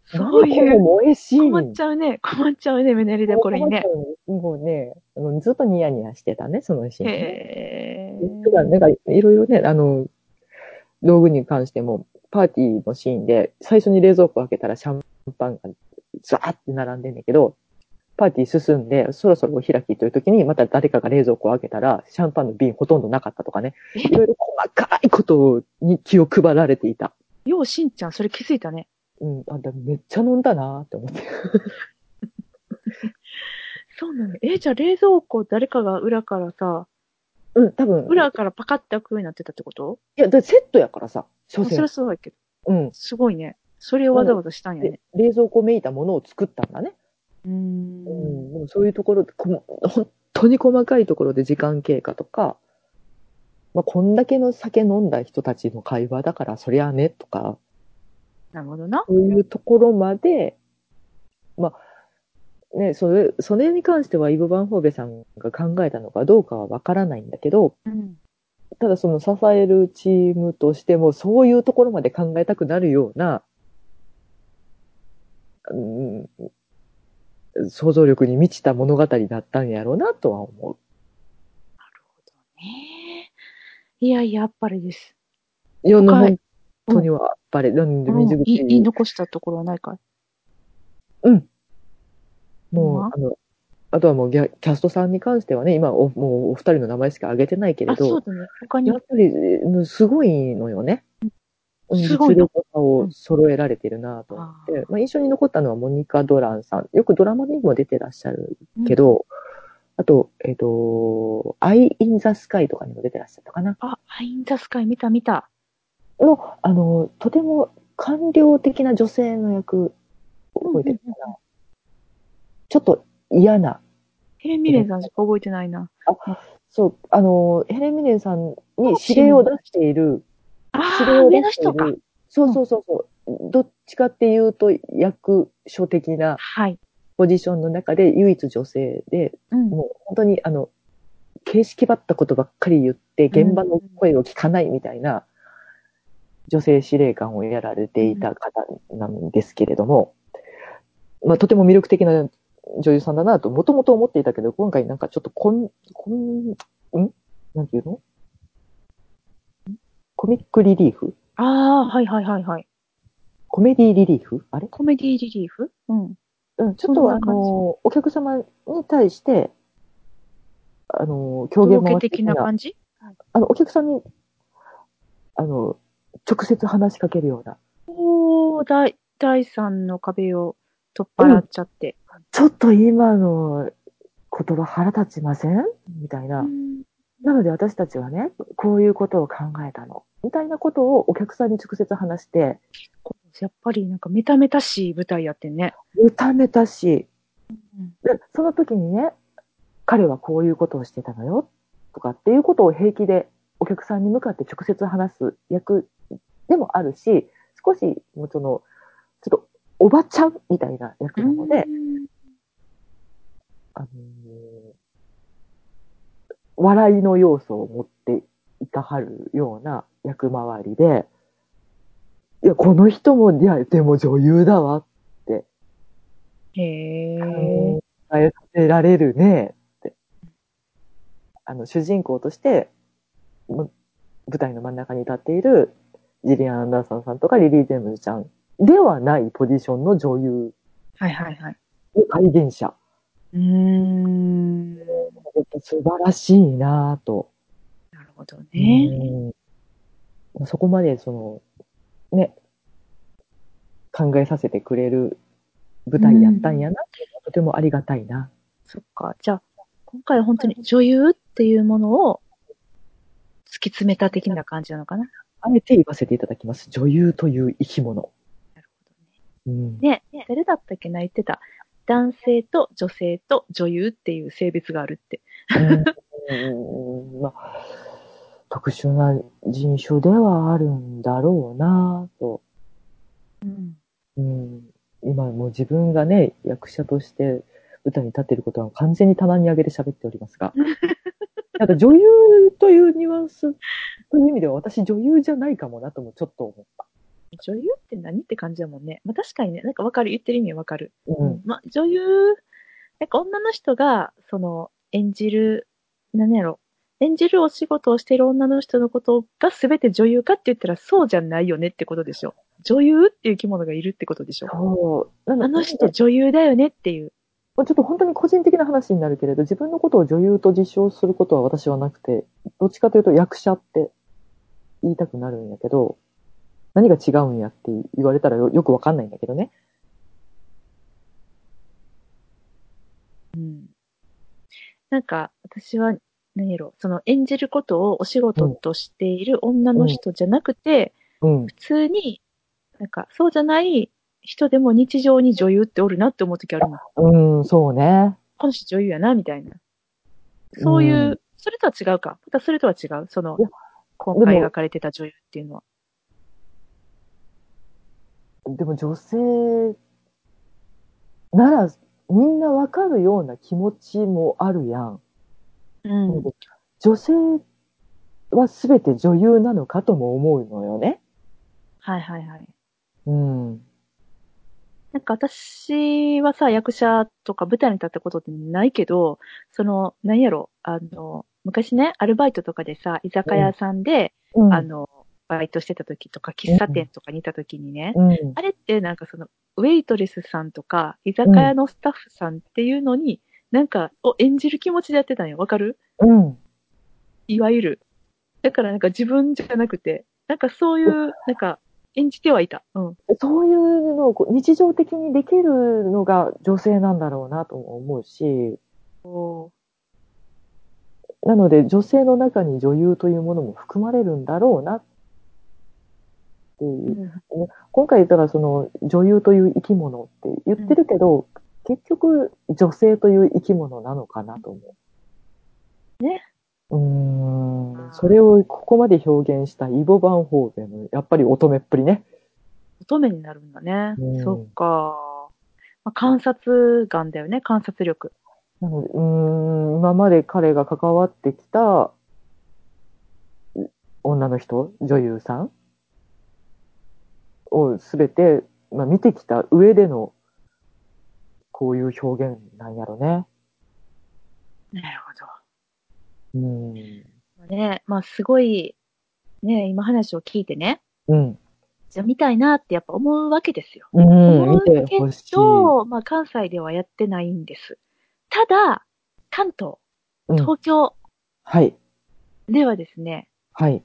Speaker 1: そう
Speaker 2: なん
Speaker 1: い
Speaker 2: だこの
Speaker 1: う。
Speaker 2: 萌えシーン。
Speaker 1: 困っちゃうね。困っちゃうね、メネリでこれにね。。
Speaker 2: もうね、あのずっとニヤニヤしてたね、そのシーンね。
Speaker 1: へ
Speaker 2: 普段
Speaker 1: ー
Speaker 2: なんかいろいろね、あの、道具に関しても、パーティーのシーンで、最初に冷蔵庫開けたらシャンパンがザーって並んでんだけど、パーティー進んで、そろそろお開きという時に、また誰かが冷蔵庫を開けたら、シャンパンの瓶ほとんどなかったとかね、いろいろ細かいことに気を配られていた。
Speaker 1: よう、しんちゃん、それ気づいたね。
Speaker 2: うん、あ、でもめっちゃ飲んだなーって思って。
Speaker 1: そうなの。え、じゃあ冷蔵庫誰かが裏からさ、
Speaker 2: うん、多分。い
Speaker 1: 裏からパカッて開くようになってたってこと
Speaker 2: や、だからセットやからさ、所
Speaker 1: あそれは。
Speaker 2: 詮
Speaker 1: すごいけど。
Speaker 2: うん。
Speaker 1: すごいね。それをわざわざしたんや
Speaker 2: で
Speaker 1: ね。、
Speaker 2: 冷蔵庫めいたものを作ったんだね。
Speaker 1: うーん。
Speaker 2: うん、でもそういうところ、こも 本当に細かいところで時間経過とか、まあ、こんだけの酒飲んだ人たちの会話だからそりゃねとか、
Speaker 1: なるほどな。
Speaker 2: そういうところまで、まあ、ね、それ、それに関してはイブ・バンホーベさんが考えたのかどうかはわからないんだけど、
Speaker 1: うん。
Speaker 2: ただその支えるチームとしてもそういうところまで考えたくなるような、うん、想像力に満ちた物語だったんやろうなとは思
Speaker 1: ねえ。いやいや、あっぱれです。
Speaker 2: う。いろんな
Speaker 1: 深い
Speaker 2: 本当にはあっぱれ。なんで
Speaker 1: うん
Speaker 2: 水
Speaker 1: い
Speaker 2: 口、
Speaker 1: 言い残したところはないかい
Speaker 2: もう、
Speaker 1: うん
Speaker 2: あの、あとはもうギャキャストさんに関してはね、今お、もうお二人の名前しか挙げてないけれ
Speaker 1: あ、そうだ
Speaker 2: ど、
Speaker 1: ね。他に
Speaker 2: やっぱりうんすごいのよね。
Speaker 1: すごい
Speaker 2: 実
Speaker 1: の
Speaker 2: 力差を揃えられてるなと思って、まあ、印象に残ったのはモニカ・ドランさん。よくドラマにも出てらっしゃるけど、あと、えっ、と、アイ・イン・ザ・スカイとかにも出てらっしゃったかな。
Speaker 1: あ、ハインザスカイ見た見た。
Speaker 2: の、あの、とても官僚的な女性の役を覚えてるかな。ちょっと嫌な
Speaker 1: ヘンミレンさんしか覚えてないな。
Speaker 2: そう、あの、ヘレンミレンさんに指令を出している、
Speaker 1: あ
Speaker 2: 指令
Speaker 1: あ、
Speaker 2: を
Speaker 1: 上
Speaker 2: 出
Speaker 1: の
Speaker 2: してい
Speaker 1: 人か。
Speaker 2: る、そうそうそうそう、どっちかっていうと役所的な
Speaker 1: はい。
Speaker 2: ポジションの中で唯一女性で、
Speaker 1: うん。
Speaker 2: もう本当にあの、形式ばったことばっかり言って、現場の声を聞かないみたいな、女性司令官をやられていた方なんですけれども、まあ、とても魅力的な女優さんだなと、もともと思っていたけど、今回なんかちょっとこん、こん、んなんていうのんコミックリリーフ
Speaker 1: ああ、はいはいはいはい。
Speaker 2: コメディリリーフあれ
Speaker 1: コメディリリーフうん。
Speaker 2: うん、ち
Speaker 1: そ
Speaker 2: ょっ
Speaker 1: ん
Speaker 2: と
Speaker 1: な
Speaker 2: あ
Speaker 1: 感じ
Speaker 2: の、お客様に対して、あの、狂言
Speaker 1: ロケ
Speaker 2: 回し
Speaker 1: 的な感じ
Speaker 2: あの、お客さんに、あの、直接話しかけるような、
Speaker 1: おー、第、第三の壁を取っ払っちゃって。
Speaker 2: ちょっと今の言葉腹立ちませんみたいな。
Speaker 1: うん
Speaker 2: なので私たちはね、こういうことを考えたの。みたいなことをお客さんに直接話して、
Speaker 1: やっぱりなんかメタメタしい舞台やってんね。
Speaker 2: 歌めたし、
Speaker 1: うん
Speaker 2: で、その時にね、彼はこういうことをしてたのよ、とかっていうことを平気でお客さんに向かって直接話す役でもあるし、少し、もうその、ちょっと、おばちゃんみたいな役なので、
Speaker 1: うん
Speaker 2: あのー笑いの要素を持っていかはるような役回りで、いや、この人も、いや、でも女優だわ、
Speaker 1: へえ。
Speaker 2: 考えさせられるね、って。あの、主人公として、む舞台の真ん中に立っているジリアン・アンダーソンさんとかリリー・ジェームズちゃんではないポジションの女優
Speaker 1: はいはいはい。
Speaker 2: の体現者。
Speaker 1: うーん。な
Speaker 2: 素晴らしいなぁと。
Speaker 1: るほどね。
Speaker 2: うんそこまでその、ね、考えさせてくれる舞台やったんやな、っていうのはとてもありがたいな。
Speaker 1: そっか。じゃあ、今回は本当に女優っていうものを突き詰めた的な感じなのかな。
Speaker 2: あえて言わせていただきます。女優という生き物。
Speaker 1: なるほどね。
Speaker 2: うん、
Speaker 1: ね、誰だったっけな言ってた。男性と女性と女優っていう性別があるって。
Speaker 2: うんまあ、特殊な人種ではあるんだろうなぁと、
Speaker 1: うん。
Speaker 2: うん。今もう自分がね、役者として舞台に立っていることは完全に棚に上げて喋っております が。なんか女優というニュアンスという意味では私女優じゃないかもなともちょっと思った。
Speaker 1: 女優って何って感じだもんね。まあ、確かにね、なんかわかる、言ってる意味わかる。
Speaker 2: うん。
Speaker 1: まあ、女優、なんか女の人が、その、演じる、何やろ、演じるお仕事をしてる女の人のことが全て女優かって言ったらそうじゃないよねってことでしょ。女優っていう生き物がいるってことでしょ。
Speaker 2: そう。な
Speaker 1: あの
Speaker 2: ので
Speaker 1: 人女優だよねっていう。
Speaker 2: まあちょっと本当に個人的な話になるけれど、自分のことを女優と自称することは私はなくて、どっちかというと役者って言いたくなるんやけど、何が違うんやって言われたらよよくわかんないんだけどね。
Speaker 1: うんなんか、私は、何やろ、その演じることをお仕事としている女の人じゃなくて、
Speaker 2: うん。
Speaker 1: 普通に、なんか、そうじゃない人でも日常に女優っておるなって思う時あるもん。
Speaker 2: うん、そうね。
Speaker 1: この人女優やな、みたいな。そういう、
Speaker 2: うん
Speaker 1: それとは違うか。またそれとは違う。その
Speaker 2: いや、
Speaker 1: 今回描かれてた女優っていうのは。
Speaker 2: でも女性ならみんなわかるような気持ちもあるやん。
Speaker 1: うん。
Speaker 2: 女性は全て女優なのかとも思うのよね。
Speaker 1: はいはいはい。
Speaker 2: うん。
Speaker 1: なんか私はさ、役者とか舞台に立ったことってないけど、その、なんやろ、あの、昔ね、アルバイトとかでさ、居酒屋さんで、
Speaker 2: うん
Speaker 1: あ、の、バイトしてた時とか、喫茶店とかにいた時にね、
Speaker 2: うん。
Speaker 1: あれってなんかその、ウェイトレスさんとか、居酒屋のスタッフさんっていうのに、なんか、を演じる気持ちでやってたんよ。わかる
Speaker 2: うん。
Speaker 1: いわゆる。だからなんか自分じゃなくて、なんかそういう、なんか、演じてはいた。うん。
Speaker 2: そういうのをこう日常的にできるのが女性なんだろうなとも思うし、
Speaker 1: おー
Speaker 2: なので女性の中に女優というものも含まれるんだろうなっていう今回言ったらその女優という生き物って言ってるけど、結局女性という生き物なのかなと思う。
Speaker 1: ね。
Speaker 2: うーん。それをここまで表現したイボ・バンホーベンのやっぱり乙女っぷりね。
Speaker 1: 乙女になるんだね。
Speaker 2: うん
Speaker 1: そっか。まあ、観察眼だよね、観察力。
Speaker 2: なので、うーん、今まで彼が関わってきたう女の人、女優さんをすべて、まあ、見てきた上でのこういう表現なんやろね。
Speaker 1: なるほど。
Speaker 2: うん。
Speaker 1: ね、まあすごい、ね、今話を聞いてね、
Speaker 2: うん。
Speaker 1: じゃあ見たいなってやっぱ思うわけですよ。
Speaker 2: うん。
Speaker 1: 思
Speaker 2: 見
Speaker 1: うけ
Speaker 2: てほしい。
Speaker 1: ど、まあ関西ではやってないんです。ただ、関東、
Speaker 2: うん
Speaker 1: 東京
Speaker 2: はい。
Speaker 1: ではですね、
Speaker 2: はい。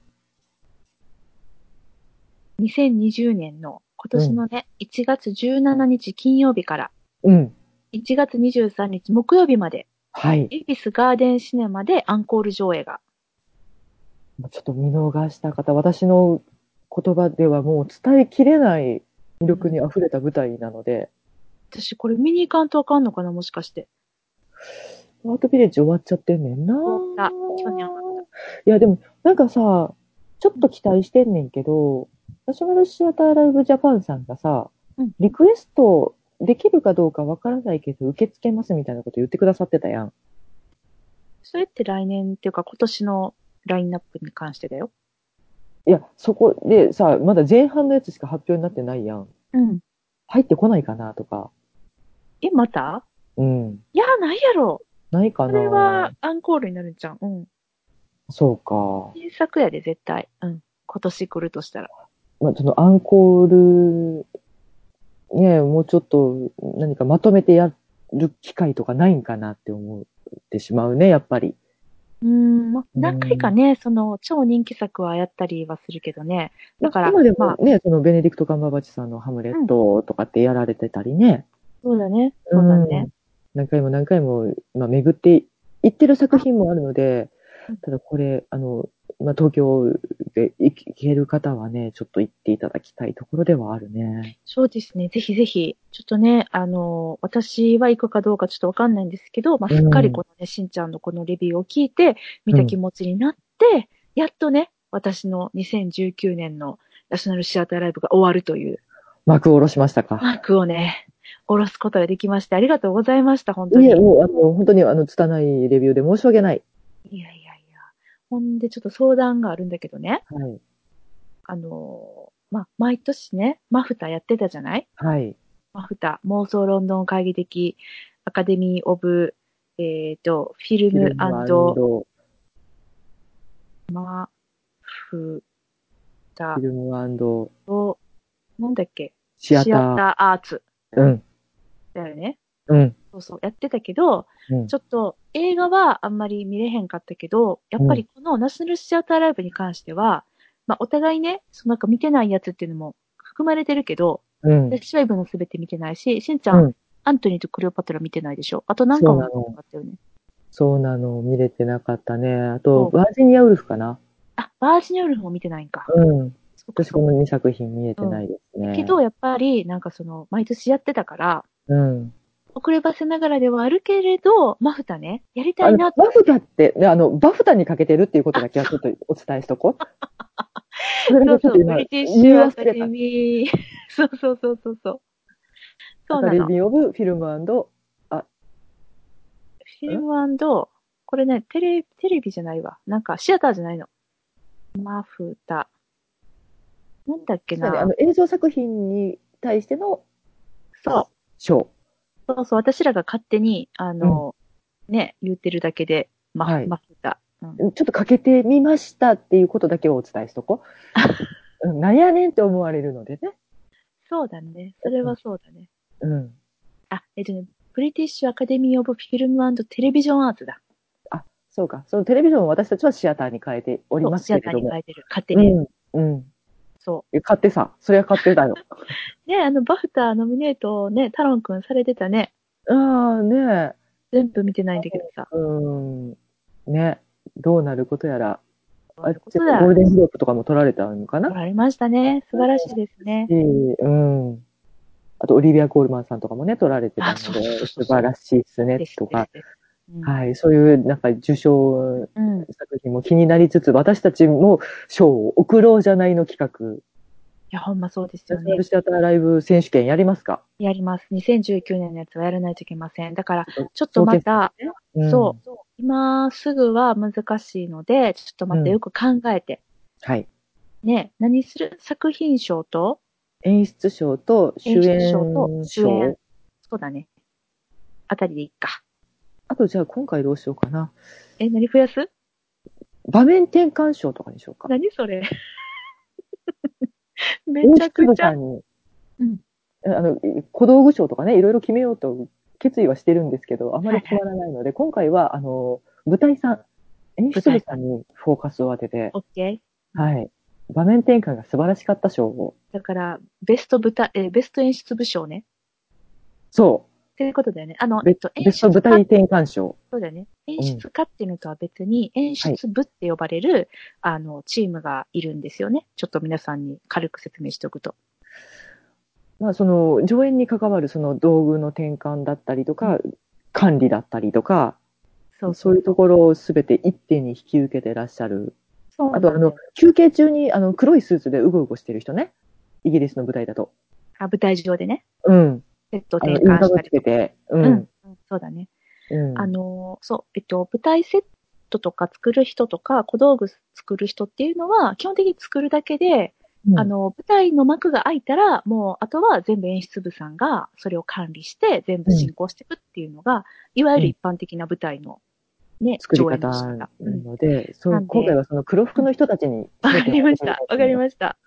Speaker 1: 2020年の今年のね、1月17日金曜日から
Speaker 2: うん。
Speaker 1: 1月23日木曜日まで、
Speaker 2: はい。
Speaker 1: エビスガーデンシネマでアンコール上映が。
Speaker 2: ちょっと見逃した方、私の言葉ではもう伝えきれない魅力に溢れた舞台なので、
Speaker 1: 私これ見に行かんとあかんのかな、もしかして。
Speaker 2: ワークビレッジ終わっちゃってんねんな
Speaker 1: 終わった去年終
Speaker 2: いや、でも、なんかさ、ちょっと期待してんねんけど、ナショナルシアターライブジャパンさんがさ
Speaker 1: うん、
Speaker 2: リクエストできるかどうかわからないけど、受け付けますみたいなこと言ってくださってたやん。
Speaker 1: それって来年っていうか今年のラインナップに関してだよ。
Speaker 2: いや、そこでさ、まだ前半のやつしか発表になってないやん。
Speaker 1: うん。
Speaker 2: 入ってこないかなとか。
Speaker 1: え、また
Speaker 2: うん。
Speaker 1: いや、ないやろ。
Speaker 2: ないか
Speaker 1: こ
Speaker 2: な
Speaker 1: れはアンコールになるんじゃん。うん。
Speaker 2: そうか。
Speaker 1: 新作やで、絶対。うん。今年来るとしたら。
Speaker 2: まあ、そのアンコール、ねもうちょっと何かまとめてやる機会とかないんかなって思ってしまうね、やっぱり。
Speaker 1: うーん。ま何回かね、その、超人気作はやったりはするけどね。だから、
Speaker 2: 今で
Speaker 1: まあ
Speaker 2: も、ね、そのベネディクト・カンバーバッチさんのハムレットとかってやられてたりね。
Speaker 1: そうだね。そうだね。
Speaker 2: 何回も何回も、まあ、巡っていってる作品もあるので
Speaker 1: うん、
Speaker 2: ただこれ、あの、まあ、東京で行け行ける方はね、ちょっと行っていただきたいところではあるね。
Speaker 1: そうですね。ぜひぜひ。ちょっとね、あの、私は行くかどうかちょっとわかんないんですけど、まあ、すっかりこのね、しんちゃんのこのレビューを聞いて、見た気持ちになって、やっとね、私の2019年のナショナルシアターライブが終わるという
Speaker 2: 幕を下ろしましたか。
Speaker 1: マークをね、下ろすことができまして、ありがとうございました、本当
Speaker 2: い
Speaker 1: に。い
Speaker 2: え、
Speaker 1: やい
Speaker 2: もう、あの、本当に、あの、拙いレビューで申し訳ない。
Speaker 1: やいや。ほんで、ちょっと相談があるんだけどね、
Speaker 2: はい。
Speaker 1: あのーまあ、毎年ね、マフタやってたじゃない
Speaker 2: はい。
Speaker 1: マフタ、妄想ロンドン会議的アカデミー・オブ、えっ、と、フィルムマフタ
Speaker 2: フィルム
Speaker 1: と、なんだっけ
Speaker 2: シアタ
Speaker 1: シアタ
Speaker 2: ー。
Speaker 1: ーアーツ
Speaker 2: うん。
Speaker 1: だよね。
Speaker 2: うん。
Speaker 1: そうそう、やってたけど、
Speaker 2: うん
Speaker 1: ちょっと映画はあんまり見れへんかったけど、やっぱりこのナショナルシアターライブに関しては、まあお互いね、そのなんか見てないやつっていうのも含まれてるけど、
Speaker 2: うん。
Speaker 1: 私はイブのすべて見てないし、しんちゃん、
Speaker 2: うん
Speaker 1: アントニーとクレオパトラ見てないでしょあとなんかも
Speaker 2: そうなの
Speaker 1: あったよね。
Speaker 2: そうなの、見れてなかったね。あと、
Speaker 1: そ
Speaker 2: バージニアウルフかな。
Speaker 1: あ、バージニアウルフも見てないんか。
Speaker 2: うん。
Speaker 1: そうか
Speaker 2: 私
Speaker 1: そう
Speaker 2: この2作品見えてないですね。
Speaker 1: けど、やっぱり、なんかその、毎年やってたから、
Speaker 2: うん。
Speaker 1: 遅ればせながらではあるけれど、マフタね、やりた
Speaker 2: あ
Speaker 1: い
Speaker 2: の
Speaker 1: な
Speaker 2: バ
Speaker 1: と。
Speaker 2: フタって、ねあの、バフタにかけてるっていうことだけはちょっとお伝えしとこ う。それ
Speaker 1: そ
Speaker 2: だ
Speaker 1: う
Speaker 2: けちょ
Speaker 1: そう、
Speaker 2: っと
Speaker 1: ブ
Speaker 2: 今、
Speaker 1: リティッ
Speaker 2: 言
Speaker 1: シ
Speaker 2: い
Speaker 1: ュア
Speaker 2: 忘
Speaker 1: カ
Speaker 2: れ
Speaker 1: デ
Speaker 2: た。
Speaker 1: ミー。 そうそうそうそうそう。そ
Speaker 2: ア
Speaker 1: う
Speaker 2: カ
Speaker 1: な
Speaker 2: デ
Speaker 1: の。
Speaker 2: ミー・オブ・フィルム
Speaker 1: フィルムこれね、テレ、テレビじゃないわ。なんか、シアターじゃないの。マフタ。なんだっけ
Speaker 2: そうだねあ
Speaker 1: な
Speaker 2: の。映像作品に対しての
Speaker 1: そう。
Speaker 2: 賞。
Speaker 1: そうそう、私らが勝手に、あの、ね、言ってるだけで、マ,、
Speaker 2: はい
Speaker 1: マフタ。うん
Speaker 2: ちょっとかけてみましたっていうことだけをお伝えしとこ う。うんなんやねんって思われるのでね。
Speaker 1: そうだね。それはそうだね。
Speaker 2: うん。
Speaker 1: あ、えっとね、ブリティッシュアカデミー・オブ・フィルムテレビジョン・アーツだ。
Speaker 2: あ、そうか。そのテレビジョンを私たちはシアターに変えております
Speaker 1: シア
Speaker 2: け
Speaker 1: タ
Speaker 2: れ
Speaker 1: ー
Speaker 2: ど
Speaker 1: に
Speaker 2: も
Speaker 1: 書。いてる。勝手に。
Speaker 2: うん。うん。
Speaker 1: そ
Speaker 2: え買ってさ。そりゃ買って たよ。
Speaker 1: う。ねあの、バフターノミネートをね、タロン君されてたね。
Speaker 2: ああ、ね
Speaker 1: 全部見てないんだけどさ。
Speaker 2: え。うん。ねどうなることやら。あ
Speaker 1: そうい
Speaker 2: れ
Speaker 1: う
Speaker 2: ゴ
Speaker 1: ことだ。
Speaker 2: ールデングロープとかも取られたのか
Speaker 1: 取
Speaker 2: な
Speaker 1: られましたね。素晴らしいですね。
Speaker 2: ええうん。あと、オリビア・コールマンさんとかもね、取られてたの
Speaker 1: あ
Speaker 2: で、
Speaker 1: そうそうそうそう
Speaker 2: 素晴らしいですね
Speaker 1: で、す
Speaker 2: とか。
Speaker 1: ですですうん
Speaker 2: はい。そういう、なんか、受賞
Speaker 1: うん。い
Speaker 2: 作品も気になりつつ、私たちも賞を贈ろうじゃないの企画、
Speaker 1: や、ほんまそうですよ
Speaker 2: ナショナ
Speaker 1: ね
Speaker 2: ル。シアターライブ選手権やりますか
Speaker 1: やります。2019年のやつはやらないといけません。だから、
Speaker 2: ちょっと
Speaker 1: ちょっとまた、
Speaker 2: ん
Speaker 1: そう、今すぐは難しいので、ちょっとまたよく考えて、
Speaker 2: はい。
Speaker 1: ね、何する作品賞と、
Speaker 2: 演出賞と主
Speaker 1: 演出
Speaker 2: 演
Speaker 1: 賞と主演
Speaker 2: 賞。
Speaker 1: そうだね。あたりでいいか。
Speaker 2: あと、じゃあ今回どうしようかな。
Speaker 1: え、何増やす
Speaker 2: 場面転換賞とかにしようか。
Speaker 1: 何それ め
Speaker 2: 大
Speaker 1: ちゃ
Speaker 2: 津部
Speaker 1: くち
Speaker 2: さ
Speaker 1: ゃ。
Speaker 2: んに、
Speaker 1: うん
Speaker 2: あの、小道具賞とかね、いろいろ決めようと決意はしてるんですけど、あまり決まらないので、今回は、あの、舞台さん、演出部さんにフォーカスを当てて、
Speaker 1: オッケー。
Speaker 2: はい。場面転換が素晴らしかった賞を。
Speaker 1: だから、ベスト舞台、え、ベスト演出部賞ね。
Speaker 2: そう。
Speaker 1: っていうことだよね。あの、えっ
Speaker 2: ベ
Speaker 1: と、
Speaker 2: ベ
Speaker 1: 演
Speaker 2: スト
Speaker 1: 出
Speaker 2: 舞
Speaker 1: 家
Speaker 2: 台転換賞。
Speaker 1: そうだよね。演出家っていうのとは別に、演出部って呼ばれる、あの、チームがいるんですよね。ちょっと皆さんに軽く説明しておくと。
Speaker 2: まあ、その、上演に関わるその道具の転換だったりとか、管理だったりとか、
Speaker 1: そう
Speaker 2: そういうところをすべて一手に引き受けてらっしゃる。
Speaker 1: そうな
Speaker 2: あ
Speaker 1: んだ
Speaker 2: と、
Speaker 1: よ
Speaker 2: あの、休憩中に、あの、黒いスーツでうごうごしてる人ね。イギリスの舞台だと。
Speaker 1: あ舞台上でね、
Speaker 2: うん。
Speaker 1: セット
Speaker 2: あの、イ
Speaker 1: 転
Speaker 2: ンカ
Speaker 1: 換し
Speaker 2: ム
Speaker 1: た
Speaker 2: つ
Speaker 1: りと
Speaker 2: け
Speaker 1: か。
Speaker 2: て。う。
Speaker 1: うんん、うんそうだね。
Speaker 2: うん。
Speaker 1: あの、そう、えっと、舞台セットとか作る人とか、小道具作る人っていうのは、基本的に作るだけで、
Speaker 2: うん
Speaker 1: あ、の、舞台の幕が開いたら、もう、あとは全部演出部さんが、それを管理して、全部進行していくっていうのが、いわゆる一般的な舞台の、ね、
Speaker 2: 作り
Speaker 1: 上演
Speaker 2: 方
Speaker 1: の仕方
Speaker 2: な
Speaker 1: うん
Speaker 2: ので、そう
Speaker 1: なんで
Speaker 2: 今回はその黒服の人たちに。
Speaker 1: わかりました。わかり
Speaker 2: し
Speaker 1: ました。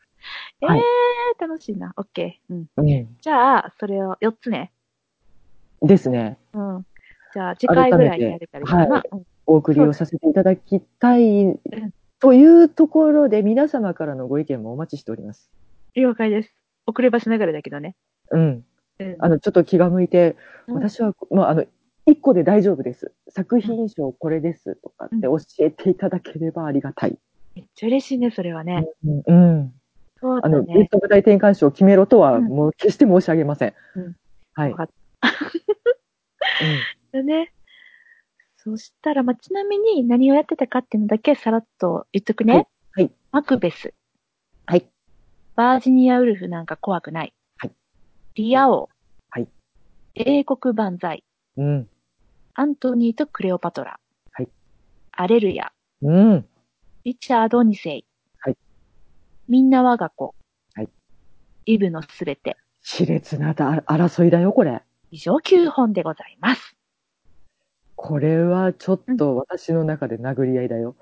Speaker 1: え
Speaker 2: はい
Speaker 1: ー、楽しいな。オッケー。うん。
Speaker 2: た。うん。
Speaker 1: じゃあ、それを4つね。
Speaker 2: ですね。
Speaker 1: うん。じゃあ、次回ぐらいにやれたらいいかな。
Speaker 2: 改
Speaker 1: うん
Speaker 2: お送りをさせていただきたいというところで、皆様からのご意見もお待ちしております。
Speaker 1: 了解です。遅ればしながらだけどね。
Speaker 2: うん。
Speaker 1: うん
Speaker 2: あの、ちょっと気が向いて、
Speaker 1: うん
Speaker 2: 私は、まあ、あの、一個で大丈夫です。作品賞これですとかって教えていただければありがたい。
Speaker 1: めっちゃ嬉しいね、それはね。
Speaker 2: うん。うん
Speaker 1: そう
Speaker 2: あ
Speaker 1: だ
Speaker 2: の、ベ
Speaker 1: ね
Speaker 2: ス。ト舞台転換賞を決めろとは、
Speaker 1: うん
Speaker 2: もう決して申し上げません。
Speaker 1: うん
Speaker 2: はい。
Speaker 1: わかっ
Speaker 2: う
Speaker 1: だ
Speaker 2: ん
Speaker 1: ね。そしたら、まあ、ちなみに何をやってたかっていうのだけさらっと言っとくね。
Speaker 2: はいはい
Speaker 1: マクベス。
Speaker 2: はい。
Speaker 1: バージニアウルフなんか怖くない。
Speaker 2: はい。
Speaker 1: リア王。
Speaker 2: はい。
Speaker 1: 英国万歳。
Speaker 2: うん。
Speaker 1: アントニーとクレオパトラ。
Speaker 2: はい。
Speaker 1: アレルヤ。
Speaker 2: うん。
Speaker 1: リチャード二世。
Speaker 2: はい。
Speaker 1: みんな我が子。
Speaker 2: はい。
Speaker 1: イブのすべて。
Speaker 2: 熾烈なだ争いだよ、これ。
Speaker 1: 以上9本でございます。
Speaker 2: これはちょっと私の中で殴り合いだよ。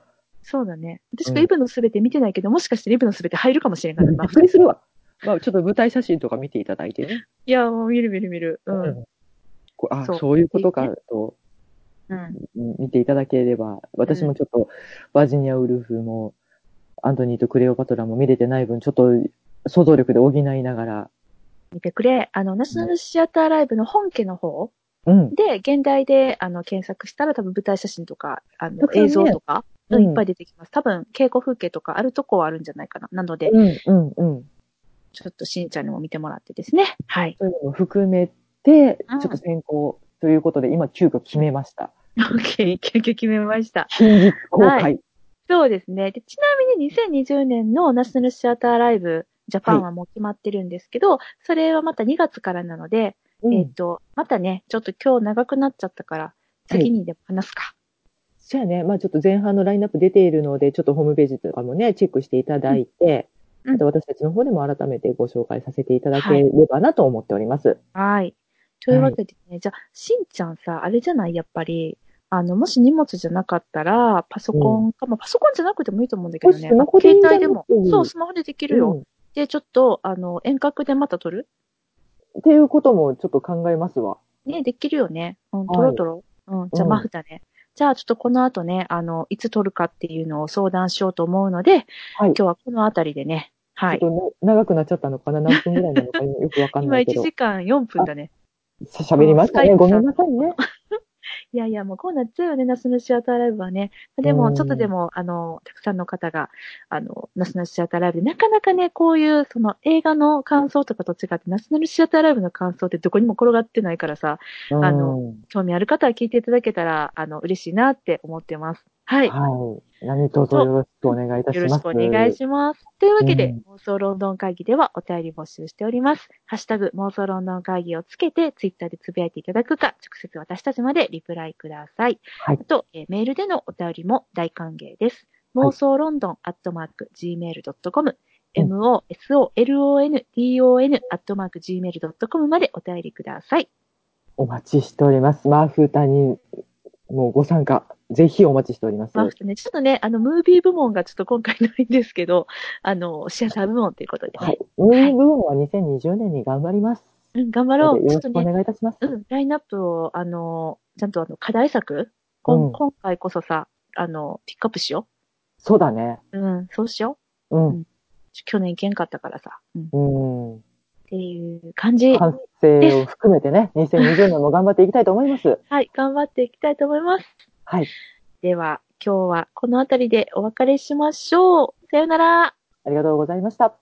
Speaker 1: そうだね。私
Speaker 2: うん
Speaker 1: がイブのすべて見てないけど、もしかしてイブのすべて入るかもしれんから、
Speaker 2: びっ
Speaker 1: 今。
Speaker 2: くりするわ。まあ、ちょっと舞台写真とか見ていただいてね。
Speaker 1: いや、もう見る見る見る。うん。
Speaker 2: こうあ
Speaker 1: そ
Speaker 2: そうういうことかと
Speaker 1: うん。
Speaker 2: うん見ていただければ、私もちょっとバージニア・ウルフもアントニーとクレオパトラも見れてない分、ちょっと想像力で補いながら、
Speaker 1: 見てくれ。あの、ナショナルシアターライブの本家の方
Speaker 2: うん、
Speaker 1: で、現代で、あの、検索したら多分舞台写真とか、あ
Speaker 2: た
Speaker 1: の、
Speaker 2: くさんね
Speaker 1: 映像とか、う
Speaker 2: うんん
Speaker 1: いっぱい出てきます。多分、稽古風景とかあるとこはあるんじゃないかな。なので、
Speaker 2: うん、うん、うん。
Speaker 1: ちょっとしんちゃんにも見てもらってですね。 はい。
Speaker 2: そういうのも含めて、
Speaker 1: うん
Speaker 2: ちょっと先行ということで、今急遽決めました。
Speaker 1: OK、急遽決めました。
Speaker 2: 近日公開。
Speaker 1: はそうですね。でちなみに2020年のナショナルシアターライブジャパンはもう決まってるんですけど、それはまた2月からなので、
Speaker 2: うん
Speaker 1: えっ、と、またね、ちょっと今日長くなっちゃったから、
Speaker 2: はい
Speaker 1: 次にでも話すか。
Speaker 2: そうやね。まあちょっと前半のラインナップ出ているので、ちょっとホームページとかもね、チェックしていただい
Speaker 1: う
Speaker 2: て、
Speaker 1: んうん
Speaker 2: あと私たちの方でも改めてご紹介させていただければなと思っております。
Speaker 1: はい。というわけでね、じゃあ、しんちゃんさ、あれじゃないやっぱり、あの、もし荷物じゃなかったら、パソコンか、まあ、パソコンじゃなくてもいいと思うんだけどね。
Speaker 2: もしスマホでいいんじゃ
Speaker 1: 携
Speaker 2: な
Speaker 1: 帯でも
Speaker 2: う。ん
Speaker 1: そう、スマホでできるよ。
Speaker 2: うん
Speaker 1: で、ちょっと、あの、遠隔でまた撮る
Speaker 2: っていうこともちょっと考えますわ。
Speaker 1: ね、できるよね。うん、
Speaker 2: はい
Speaker 1: トロトロ。うん、じゃあ、
Speaker 2: うん
Speaker 1: マフだね。じゃあ、ちょっとこの後ね、あの、いつ撮るかっていうのを相談しようと思うので、
Speaker 2: はい
Speaker 1: 今日はこのあたりでね。はい
Speaker 2: ち。ょっとね長くなっちゃったのかな何分ぐらいなのかよくわか ん
Speaker 1: 今
Speaker 2: ないけ
Speaker 1: 1
Speaker 2: ど。
Speaker 1: 時間4分だね。
Speaker 2: しゃべりましたね。
Speaker 1: うん
Speaker 2: ごめんなさいね。
Speaker 1: いやいや、もうこうなっちゃうよね、ナスのシアターライブはね。でも、
Speaker 2: うん
Speaker 1: ちょっとでも、あの、たくさんの方が、あの、ナスナルシアターライブで、なかなかね、こういう、その映画の感想とかと違って、ナスナルシアターライブの感想ってどこにも転がってないからさ、
Speaker 2: う ん
Speaker 1: あの、興味ある方は聞いていただけたら、あの、嬉しいなって思ってます。はい。
Speaker 2: はい。何卒よろしくお願いいたし
Speaker 1: よ
Speaker 2: ます。
Speaker 1: ろしくお願いします。というわけで、
Speaker 2: うん
Speaker 1: 妄想ロンドン会議ではお便り募集しております。ハッシュタグ妄想ロンドン会議をつけて、ツイッターでつぶやいていただくか、直接私たちまでリプライください。
Speaker 2: はい
Speaker 1: あと、えーメールでのお便りも大歓迎です。
Speaker 2: はい
Speaker 1: 妄想ロンドンアットマーク gmail.com
Speaker 2: うん
Speaker 1: mosolondon アットマーク gmail.com までお便りください。
Speaker 2: お待ちしております。マーフータにもご参加、ぜひお待ちしております。
Speaker 1: まあ、ね、ちょっとね、あの、ムービー部門がちょっと今回ないんですけど、あの、シアター部門ということでね、
Speaker 2: はい。運営部門は2020年に頑張ります。
Speaker 1: うん、頑張
Speaker 2: な
Speaker 1: ろ
Speaker 2: の
Speaker 1: う。
Speaker 2: で
Speaker 1: ちょ
Speaker 2: よ
Speaker 1: っ
Speaker 2: ろ
Speaker 1: と
Speaker 2: しくお
Speaker 1: ね、
Speaker 2: 願いいたします。
Speaker 1: うん、ラインナップを、あの、ちゃんとあの、課題作、こん
Speaker 2: うん
Speaker 1: 今回こそさ、あの、ピックアップしよ
Speaker 2: そうだね。
Speaker 1: う。うん、そうしよ
Speaker 2: うん。
Speaker 1: う。ちょ去年行けんかったからさ、うん、っ
Speaker 2: うん。
Speaker 1: ていう感じ。
Speaker 2: 反省を含めてね、2020年も頑張っていきたいと思います。
Speaker 1: はい、頑張っていきたいと思います。
Speaker 2: はい。
Speaker 1: では、今日はこの辺りでお別れしましょう。さよなら。
Speaker 2: ありがとうございました。